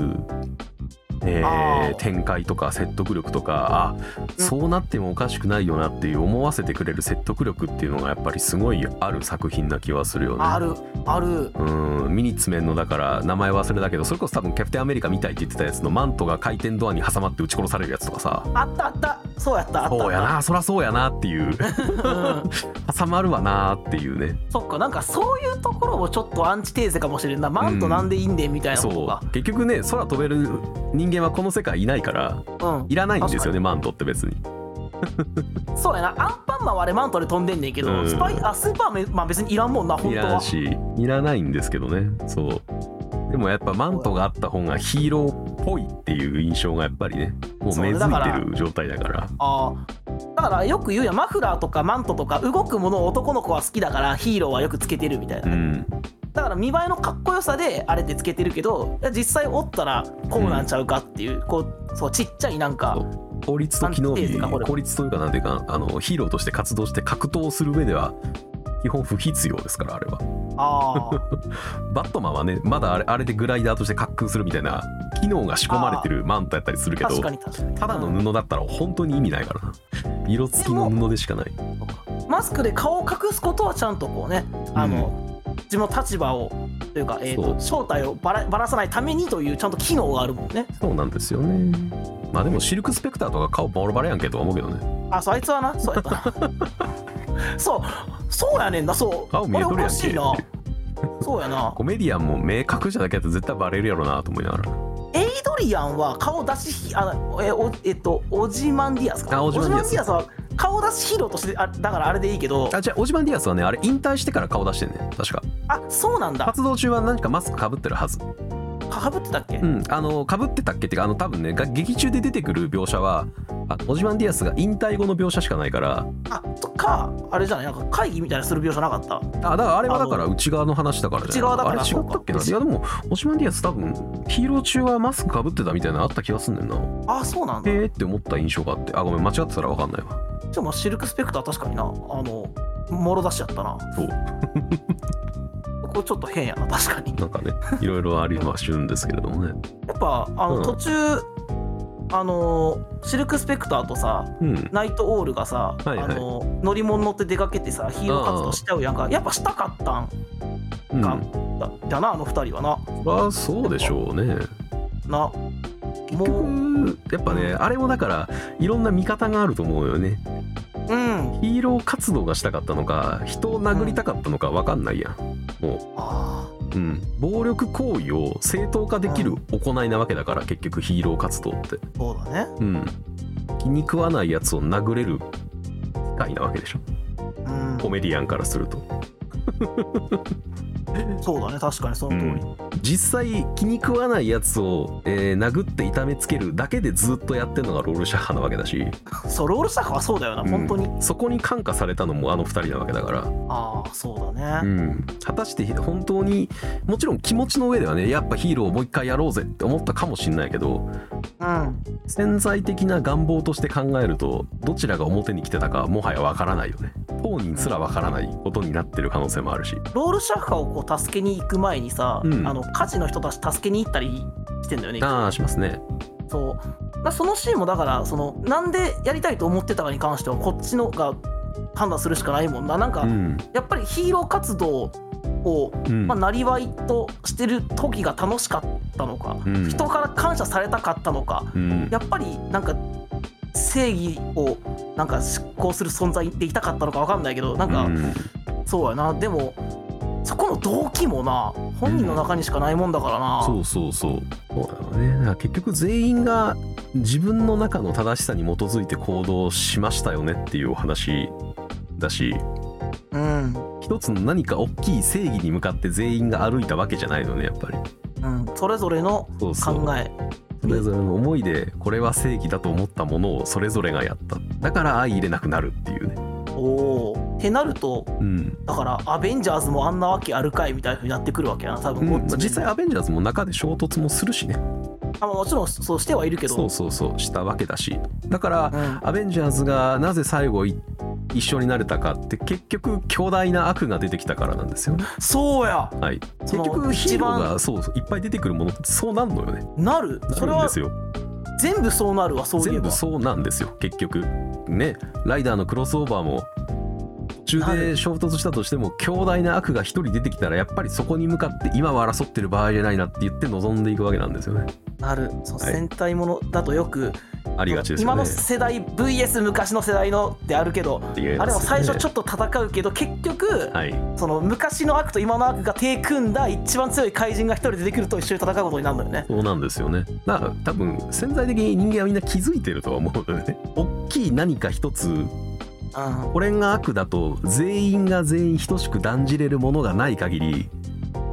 えー
あー
展開とか説得力とかあそうなってもおかしくないよなっていう思わせてくれる説得力っていうのがやっぱりすごいある作品な気はするよね。
あるある
うんミニッツメンのだから名前忘れたけどそれこそ多分キャプテンアメリカみたいって言ってたやつのマントが回転ドアに挟まって撃ち殺されるやつとかさ
あったあったそうやったあった
そうやなそらそうやなっていう
うん
挟まるわなっていうね
そっかなんかそういうところもちょっとアンチテーゼかもしれんなマントなんでいいんでんみたいなこと
そ
が
う結局ね空飛べる人間はこの世界いないから
うん
いらないんですよねマントって別に
そうやなアンパンマンはあれマントで飛んでんねんけど、
うん
スパイあスーパーマン、まあ、別にいらんもんな本
い
当
らん
は
しいらないんですけどねそうでもやっぱマントがあった方がヒーローっぽいっていう印象がやっぱりねもう
そう
根
だ
付
か
い
ら
てる状態だから
あーだからよく言うやんマフラーとかマントとか動くものを男の子は好きだからヒーローはよくつけてるみたいな、
うん
だだから見栄えのかっこよさであれってつけてるけど実際折ったらこうなんちゃうかっていう、こうそうちっちゃいなんか
効率と機能
なんてい
美
うかこれ
効率というかなんていうかあのヒーローとして活動して格闘する上では基本不必要ですからあれは
ああ
バットマンはねまだあれあれでグライダーとして滑空するみたいな機能が仕込まれてるマントやったりするけど
確かに確かに
ただの布だったら本当に意味ないからな色付きの布でしかない
マスクで顔を隠すことはちゃんとこうねあの、自分の立場をというか、えー、
そう
と正体をばらばらさないためにというちゃんと機能があるもんね
そうなんですよねまあでもシルクスペクターとか顔ボロバレやんけとは思うけどね
あそうあいつ はなそうやったなそうそうやねんなそう
顔見えとるやんけ
あれおかしいなそうやな
コメディアンも明確じゃなきゃ絶対バレるやろなと思いながら
エイドリアンは顔出しひあえおえっとオジマンディアスか
あオジマンディアス
オは顔出しヒーローとしてあだからあれでいいけど
あじゃあオジマンディアスはねあれ引退してから顔出してんね確か
あそうなんだ
活動中は何かマスクかぶってるはず
かぶってたっけ、
うん、あの被ってたっけっていうかあの多分ねが劇中で出てくる描写はあオジマンディアスが引退後の描写しかないから
あとかあれじゃないなんか会議みたいなする描写なかった
あだからあれはだから内側の話だからじゃない
内側だから
あれ違ったっけな
そう
い
か
やでもオジマンディアス多分ヒーロー中はマスクかぶってたみたいなのあった気がすんねんな
あそうなんだ
へえって思った印象があってあごめん間違ってたら分かんないわ
じゃあまあシルクスペクター確かになあのもろ出しちゃったな
そう
これちょっと変やな確かに
なんかねいろいろありはしるんですけれどもね
やっぱあの、
うん
途中あのシルクスペクターとさ
うん
ナイトオールがさ、
はいはい
あの乗り物乗って出かけてさヒーロー活動しちゃうやんかやっぱしたかったん
うん
かだだなあの二人はな
そりゃそうでしょうね
な
結
も
局やっぱねあれもだからいろんな見方があると思うよね
ううん
ヒーロー活動がしたかったのか人を殴りたかったのか分かんないやん、
あ
うん、暴力行為を正当化できる行いなわけだから結局ヒーロー活動って、
ーそうだね
うん、気に食わないやつを殴れる機会なわけでしょ
うん
コメディアンからすると、
そうだね確かにそうの通り、
ん、実際気に食わないやつを、えー殴って痛めつけるだけでずっとやってるのがロールシャッハなわけだし、
そうロールスタッフはそうだよな
うん
本当に、
そこに感化されたのもあの2人なわけだから
ああそうだ
う
ね、
ん、果たして本当にもちろん気持ちの上ではねやっぱヒーローをもう一回やろうぜって思ったかもしれないけど
うん、
潜在的な願望として考えるとどちらが表に来てたかはもはやわからないよね当人すらわからないことになってる可能性もあるし
ロールシャッファをこう助けに行く前にさ、
うん
あの火事の人たち助けに行ったりしてんだよね
ああしますね
そうだそのシーンもだからそのなんでやりたいと思ってたかに関してはこっちのが判断するしかないもんななんか、
うん、
やっぱりヒーロー活動を
うん
まあ、なりわいとしてる時が楽しかったのか、
うん
人から感謝されたかったのか
うん
やっぱりなんか正義をなんか執行する存在でいたかったのかわかんないけどなんか、
うん
そうやなでもそこの動機もな本人の中にしかないもんだからな、
そうそうそうそうだよねだから結局全員が自分の中の正しさに基づいて行動しましたよねっていうお話だし
うん
一つの何か大きい正義に向かって全員が歩いたわけじゃないのねやっぱり
うん、それぞれの
そうそう
考え
それぞれの思いでこれは正義だと思ったものをそれぞれがやっただから相入れなくなるっていうね
おーってなると
うん、
だからアベンジャーズもあんなわけあるかいみたいなふうになってくるわけやな多
う
分
ん
こ
ま
っち
あ、
も
実際アベンジャーズも中で衝突もするしね
あまあもちろんそうしてはいるけど
そうそうそうしたわけだしだから
うん
アベンジャーズがなぜ最後い一緒になれたかって結局巨大な悪が出てきたからなんですよね
そうや
はい結
その
局ヒ
一
ーロー
番
がそうそういっぱい出てくるものってそうなんのよね
なる
な
それ
るんで
は
すよ
全部そうなるわそういえ
全
ば
部そうなんですよ結局ねライダーのクロスオーバーも途中で衝突したとしても強大な悪が一人出てきたらやっぱりそこに向かって今は争ってる場合じゃないなって言って臨んでいくわけなんですよね
なるそう
はい
戦隊ものだとよく、
ありがちですよ
今
ね
の世代 VS 昔の世代のであるけどあれも最初ちょ
っ
っと戦うけど結局、
とはい
その昔の悪と今の悪が手組んだ一番強い怪人が一人出てくると一緒に戦うことになるのよね
そうなんですよねだから多分潜在的に人間はみんな気づいてるとは思うのでね大きい何か一つ
うん
これが悪だと全員が全員等しく断じれるものがない限り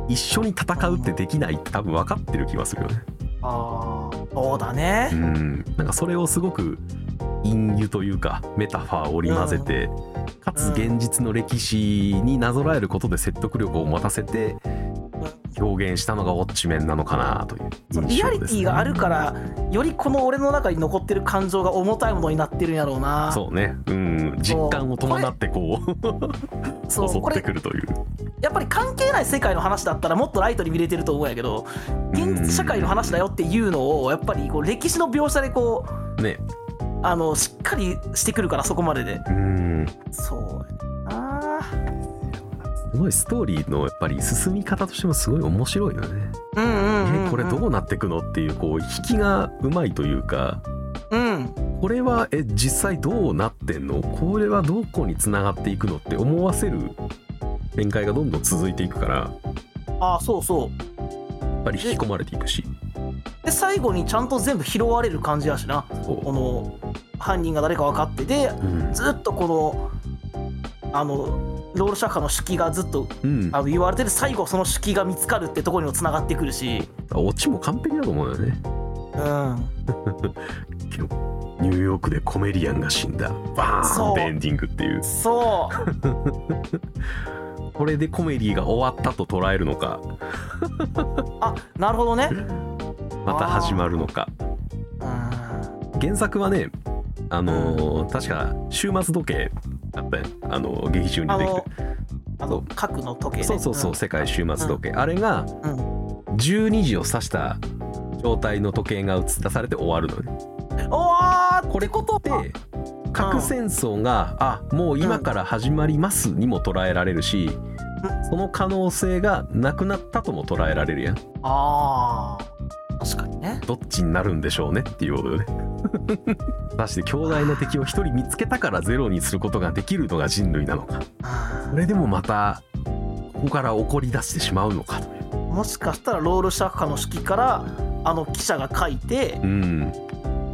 一緒に戦うってできないって多分分かってる気がするよね
あーそうだね、
うん、なんかそれをすごく隠喩というかメタファーを織り交ぜて、かつ現実の歴史になぞらえることで説得力を持たせて表現したのがウォッチメンなのかなという
そのリアリティがあるかららよりこの俺の中に残ってる感情が重たいものになってるんやろうな
そうねうん実感を伴ってこう
そ う
襲
こ
って
れ
くるという
やっぱり関係ない世界の話だったらもっとライトに見れてると思うんやけど現実社会の話だよっていうのをやっぱりこう歴史の描写でこう
ね
あのしっかりしてくるからそこまでで
うん
そうやな
すごいストーリーのやっぱり進み方としてもすごい面白いよね、
うんうんうん、うん、
えこれどうなってくのっていうこう引きがうまいというか
うん
これはえ実際どうなってんのこれはどこに繋がっていくのって思わせる展開がどんどん続いていくから
あそうそう
やっぱり引き込まれていくし
で最後にちゃんと全部拾われる感じやしなこ
こ
の犯人が誰か分かってで
う、うん
ずっとこのあのロールシャッハの手記がずっと
うん、
あの言われてる最後その手記が見つかるってところにもつながってくるし
オチも完璧だと思うよね
うん
ニューヨークでコメディアンが死んだバーン
そ
っ
う
てエンディングっていう
そう
これでコメディが終わったと捉えるのか
あなるほどね
また始まるのか
うん
原作はねあのー確か「終末時計」あったやんあのー劇中に
あ
出てき
のあの核の時計、
て
ね、
そうそうそう「世界終末時計」あれが
うん、うん
12時を指した状態の時計が映出されて終わるのね
おー
これ
ってことは
で核戦争が「あもう今から始まります」にも捉えられるしその可能性がなくなったとも捉えられるやん
あー確かにね
どっちになるんでしょうねっていう ことよねまして兄弟の敵を一人見つけたからゼロにすることができるのが人類なのか
あ
それでもまたここから怒り出してしまうのかという
ーもしかしたらロールシャッハの式からあの記者が書いて
うん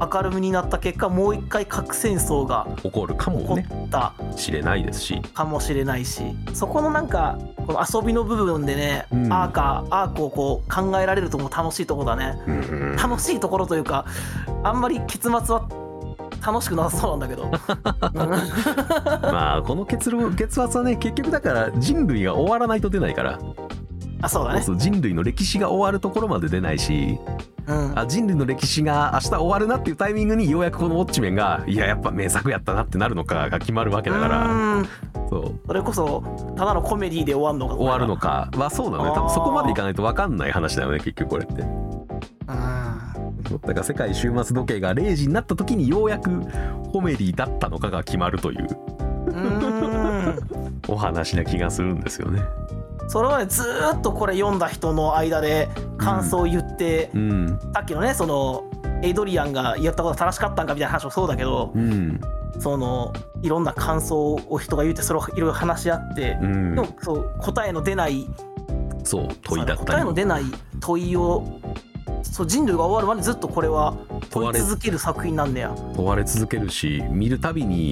明るみになった結果もう一回核戦争が
怒るか
起
も
こ
ね
った
しれないですし
かもしれないしそこのなんかこの遊びの部分でね、
うん
アーカーアークをこう考えられるとも楽しいところだね
うん
楽しいところというかあんまり結末は楽しくなさそうなん だけど、うん
まあこの結論結末はね結局だから人類が終わらないと出ないから
あそうだ
そうそう
ね
人類の歴史が終わるところまで出ないし
うん
あ人類の歴史が明日終わるなっていうタイミングにようやくこのウォッチメンがいややっぱ名作やったなってなるのかが決まるわけだから
うん
そう
それこそただのコメディで終わるのか
終わるのかはそうなのね多
あ
分
ー
そこまでいかないと分かんない話だよね結局これって
うん
そうだから世界終末時計が0時になった時にようやくコメディだったのかが決まるという
うん
お話な気がするんですよね
それはねずーっとこれ読んだ人の間で感想を言って、
うん
さっきのねそのエイドリアンがやったこと正しかったんかみたいな話もそうだけど
うん
そのいろんな感想を人が言ってそれをいろいろ話し合って
う、ん
でもそう答えの出ない
そう問いだっ
答
た
え
り
の出ない問いをそう人類が終わるまでずっとこれは
問
問
わ
い
れ
続ける作品なんだよ。
問われ続けるし見るたびに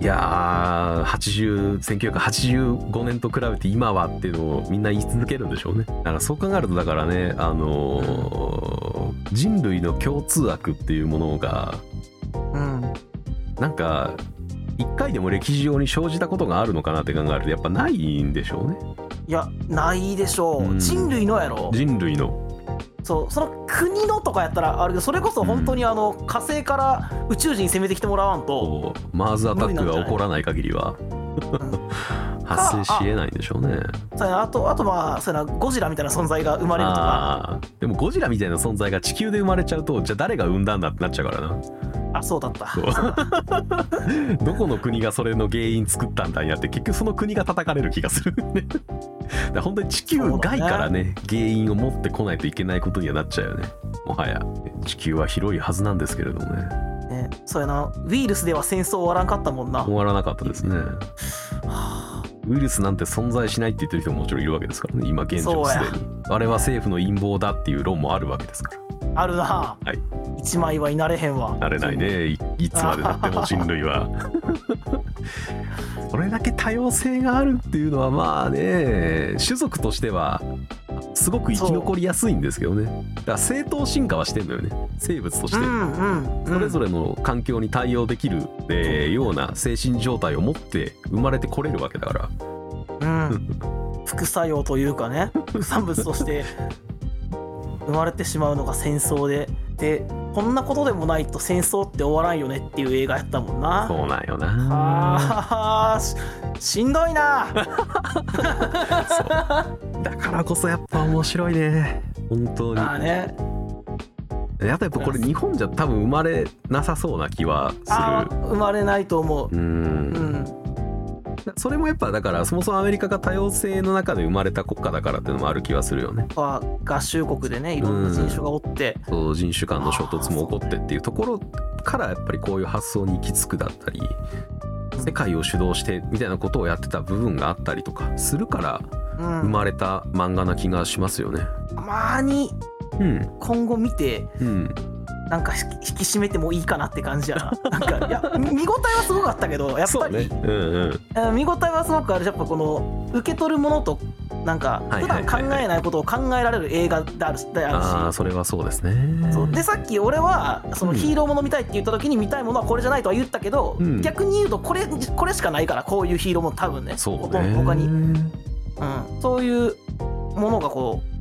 いやー80 1985年と比べて今はっていうのをみんな言い続けるんでしょうねだからそう考えるとだからねあのー人類の共通悪っていうものが
うん、
なんか一回でも歴史上に生じたことがあるのかなって考えるとやっぱないんでしょうね
いやないでしょう、
うん
人類のやろ
人類の
そうその国のとかやったらあるけどそれこそ本当にあの、火星から宇宙人攻めてきてもらわんと、
こうマーズアタックが起こらない限りは 発生しえないんでしょうね
そうやなあとあとまあそうやなゴジラみたいな存在が生まれると
あ
か
ーでもゴジラみたいな存在が地球で生まれちゃうとじゃあ誰が生んだんだってなっちゃうから な
あそうだった
そうどこの国がそれの原因作ったんだになって結局その国が叩かれる気がするねだから本当に地球外からね原因を持ってこないといけないことにはなっちゃうよねもはや地球は広いはずなんですけれどもね
ね、そうやなウイルスでは戦争終わらんかったもんな、
終
は
わらなかったですね
あ
ウイルスなんて存在しないって言ってる人ももちろんいるわけですからね今現状
そう
す
や
でにあれは政府の陰謀だっていう論もあるわけですから
あるな、
はい
一枚はいなれへんわ
なれないねいいつまでたっても人類は それだけ多様性があるっていうのはまあね種族としてはすごく生き残りやすいんですけどねだから正当進化はしてんのよね生物とし
う
て、
んうん、うん、
それぞれの環境に対応できる、えーような精神状態を持って生まれてこれるわけだから
うん副作用というかね副産物として生まれてしまうのが戦争ででこんなことでもないと戦争って終わらんよねっていう映画やったもんな
そうなんよな
あーししんどいな
だからこそやっぱ面白いね本当に
まあね
あとやっぱこれ日本じゃ多分生まれなさそうな気は
あ
す
ー生まれないと思う
るう
うんん
それもやっぱだからそもそもアメリカが多様性の中で生まれた国家だからっていうのもある気はするよね
は合衆国でねいろんな人種がおって、
そう人種間の衝突も起こってっていうところからやっぱりこういう発想に行き着くだったり世界を主導してみたいなことをやってた部分があったりとかするから
うん
生まれた漫画な気がしますよね。
たまに
うん、
今後見て
うん、
なんか引き引き締めてもいいかなって感じや ななんかいや見応えはすごかったけどやっ
そ
ぱ
う
り、
ね。うんうん、
うん見応えはすごくあるやっぱこの受け取るものとなんか
はい
普
はいはいはい
段考えないことを考えられる映画であるし、であるし
ああそれはそうですね。
そうでさっき俺はその
うん
ヒーローもの見たいって言った時に見たいものはこれじゃないとは言ったけど、
うん
逆に言うとこれこれしかないからこういうヒーローもの多分ね
そう
ほとん
ね。
ど他に、うん、そういうものがこう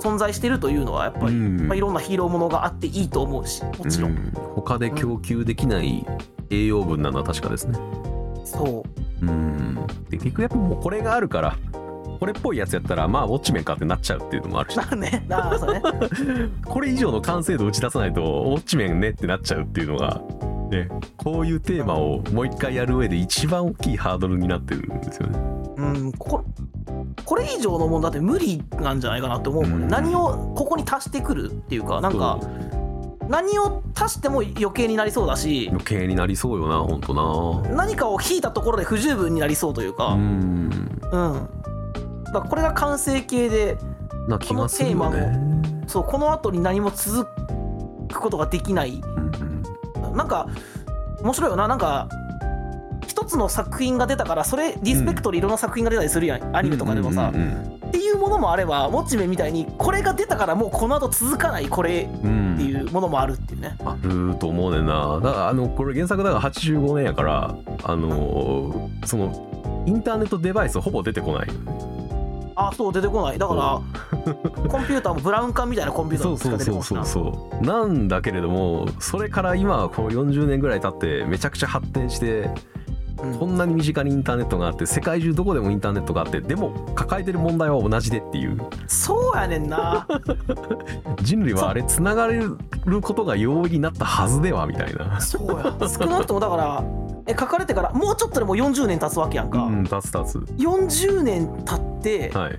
存在してるというのはやっぱり、
うん
まあ、いろんなヒーローものがあっていいと思うしもちろん、
う他で供給できない栄養分なのは確かですね。
そう
うん。で結局やっぱもうこれがあるから。これっぽいやつやったらまあウォッチメンかってなっちゃうっていうのもあるし
まあねああそうね
これ以上の完成度を打ち出さないとウォッチメンねってなっちゃうっていうのが、ね、こういうテーマをもう一回やる上で一番大きいハードルになってるんですよね。
うんここれ以上のもんだって無理なんじゃないかなって思うもんね、
うん
何をここに足してくるっていうかなんか
そう
何を足しても余計になりそうだし
余計になりそうよな本当
何かを引いたところで不十分になりそうという
な。う
か
ん
うん、だからこれが完成形で
な気がするよね。
そうこの後に何も続くことができない
うん
なんか面白いよななんか一つの作品が出たからそれリスペクトでいろんな作品が出たりするやん、アニメとかでもさ、
うんうん
っていうものもあればモッチメみたいにこれが出たからもうこの後続かないこれ
うん
っていうものもあるっていうね、
あると思うねんなだからあのこれ原作だから85年やからあのーそのインターネットデバイスほぼ出てこない
あそう出てこないだから コンピューターもブラウン管みたいなコンピュータ
そう
ーし
そ
か
う
出てこ
そ
な
う
いし
そ
な
うそうなんだけれどもそれから今こう40年ぐらい経ってめちゃくちゃ発展して
うん
こんなに身近にインターネットがあって世界中どこでもインターネットがあってでも抱えてる問題は同じでっていう
そうやねんな
人類はあれ繋がれることが容易になったはずではみたいな。
そうや少なくともだからえ書かれてからもうちょっとでもう40年経つわけやん
う
か、
ん、立つ立
40年経って
つ。はい。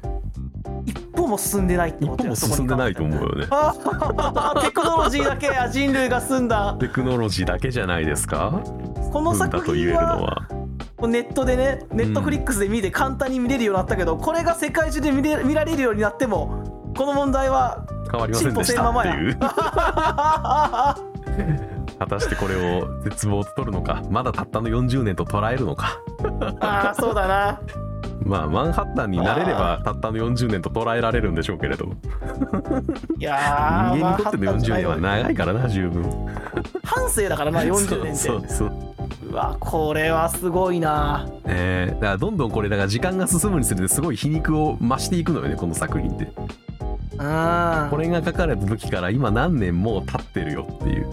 一歩も進んでないって
一
こと
歩
や
も進んでないと思う
そこに関しては
よね。
あテクノロジーだけや人類が進んだ
テクノロジーだけじゃないですか。
この
だ
作
と言え
品
るの
は
は。
ネットでねネットフリックスで見て簡単に見れるようになったけど、これが世界中で見れ見られるようになってもこの問題は
変わりませんでしたっていう果たしてこれを絶望と取るのかまだたったの40年と捉えるのか
ああそうだな
まあマンハッタンになれればたったの40年と捉えられるんでしょうけれど
いやー
人間にとっての40年は
まあ
長いからな十分
半生だからな40年って
そううそうそう
わこれはすごいな
えーだからどんどんこれだから時間が進むにつれてすごい皮肉を増していくのよねこの作品って
うん
これが書かれた時から今何年もう経ってるよっていう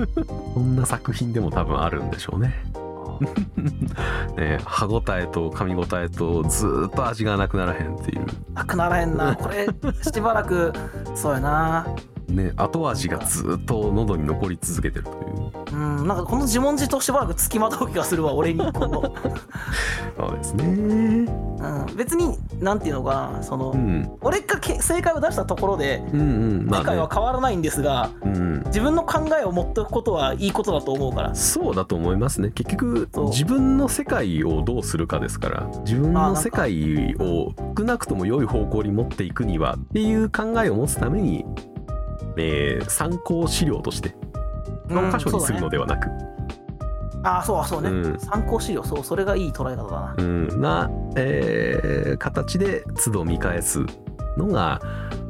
そんな作品でも多分あるんでしょうねね歯ごたえと噛みごたえとずーっと味がなくならへんっていう
なくならへんなこれしばらくそうやな
ね後味がずーっと喉に残り続けてるという
うんなんかこの自問自答しばらくつきまとう気がするわ俺にこの、
そうですね
うん、別になんていうのかなその、
うん
俺がけ正解を出したところで
うんうんま
世界は
あ
変わらないんですが、
ね、うん、
自分の考えを持っておくことはいいことだと思うから
そうだと思いますね結局
そう
自分の世界をどうするかですから自分
あーなん
の
か
世界を少なくとも良い方向に持っていくにはっていう考えを持つために、えー参考資料として教科書にするの
で、
ではなく、
そうだねああそうそうね、
うん
参考資料そうそれがいい捉え方だな
うんな、えー形で都度見返すのが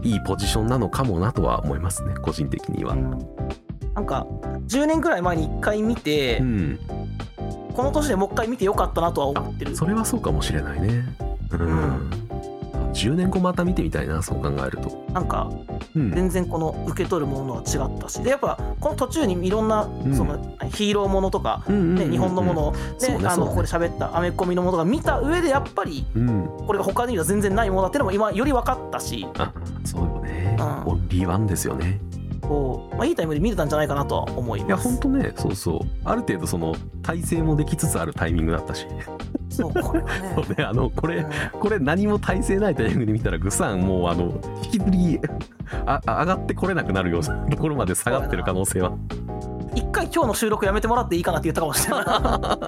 いいポジションなのかもなとは思いますね個人的には。
うん、なんか10年くらい前に1回見て、
うん、
この年でもう1回見てよかったなとは思ってる
それはそうかもしれないね。うん
うん
10年後また見てみたいなそう考えると、
なんか
うん、
全然この受け取るものは違ったしでやっぱこの途中にいろんな
うん
そのヒーローものとか、
うんうんうん
ね
うん
日本のもの
そう
で、
ね
あ
そう
の
ね
ここで喋ったアメコミのものが見た上でやっぱり
うん、
これが他には全然ないものだっていうのも今より分かったし
あそうよね、
うん
オンリーワンですよね
こう、まあ、いいタイムで見れたんじゃないかなとは思い
いや
ます。
ほんとねそうそうある程度その体制もできつつあるタイミングだったし
そうこれはね
そうねあの こ
う
れ
ん
これ何も体制ないタイミングで見たらグサンもうあの引きずり ああ上がってこれなくなるような ところまで下がってる可能性は
一回今日の収録やめてもらっていいかなって言ったかもし れない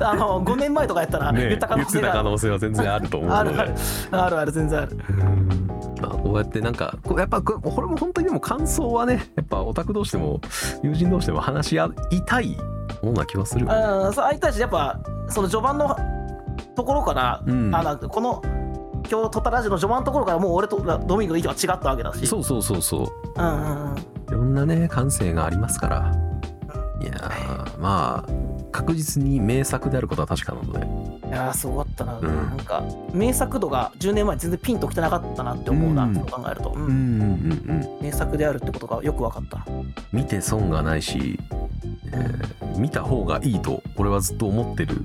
あの5年前とかやったら言
ね
った可
言
能
って
性
た
があ
可
る、
能性は全然あると思うので
あるあるあるある全然ある
うんまあ、こうやってなんかこうやっぱここれも本当にでも感想はねやっぱオタク同士でも友人同士でも話し合いたいような気はするよね
うんそうああいったしやっぱその序盤のところから、
うん
あなんかこの今日トタラジオの序盤のところからもう俺とドミニクの意見は違ったわけだし
そうそうそうそう
うんうんうん
いろんなね感性がありますからいやーまあ確実に名作であることは確かなので
いやーすごかったな、
うん
なんか名作度が10年前全然ピンときてなかったなって思うな、
うん
そう考えると、う
ん
ん
うん
名作であるってことがよく分かった
見て損がないし、えー見た方がいいと俺はずっと思ってる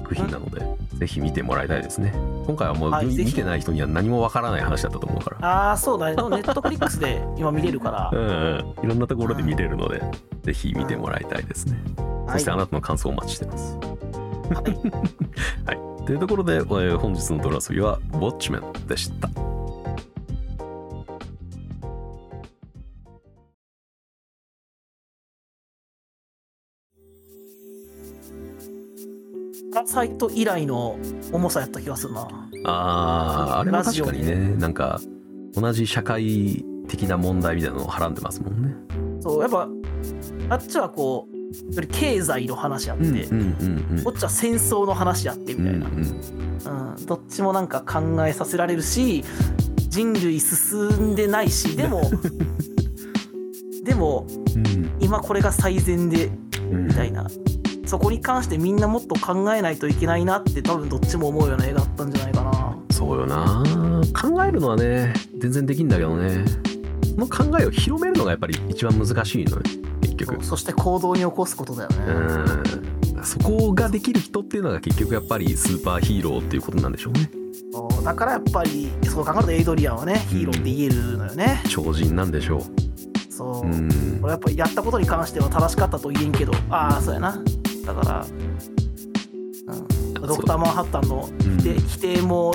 作品なので、ぜひ見てもらいたいですね今回はもう、
はい
み
ぜひ
見てない人には何もわからない話だったと思うから
ああそうだねでもネットフリックスで今見れるから
うんうんいろんなところで見れるので、ぜひ見てもらいたいですね、
は
そ
い
してあなたの感想をお待ちしてます
はい
はい、というところで、えー本日のドラ遊びは「ウォッチメン」でした
パラサイト以来の重さやった気がするな。
あーあれは
ラジ
確か
オ
にねなんか同じ社会的な問題みたいなのをはらんでますもんね。
そうやっぱあっちはこうより経済の話やって、
うん
こっちは戦争の話やって
う
み
ん
た
う
いな、うん
ん
どっちもなんか考えさせられるし人類進んでないしでもでも今これが最善で
うん
みたいなそこに関してみんなもっと考えないといけないなって多分どっちも思うような映画だったんじゃないかな。
そうよな考えるのはね全然できんだけどねその考えを広めるのがやっぱり一番難しいのよ結局
そうそして行動に起こすことだよね。
うんそこができる人っていうのが結局やっぱりスーパーヒーローっていうことなんでしょうね
そうだからやっぱりそう考えるとエイドリアンはねヒーローって言えるのよね、
超人なんでしょ
そう
う、
俺
ん
やっぱやったことに関しては正しかったと言えんけどああそうやなだから、うん、ドクター・マンハッタンの否定,、
うん
否定も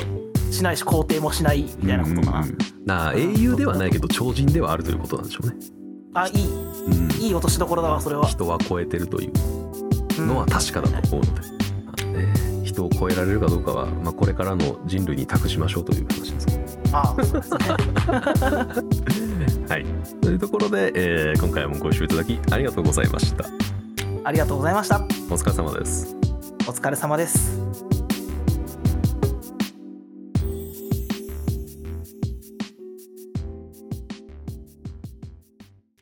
しないし肯定もしないみたいなことかな、
うんうんうんなあ英雄ではないけど超人ではあるということなんでしょうね、
あい
うん
いいい落としどころだわそれは、
人は超えてるという
うん
のは確かだと思うので、まあね人を超えられるかどうかは、まあ、これからの人類に託しましょうという話ですけど。
ああそうですね
はい、というところで、えー今回もご視聴いただきありがとうございました。
ありがとうございまし
お
た
疲れ様です。
お疲れ様です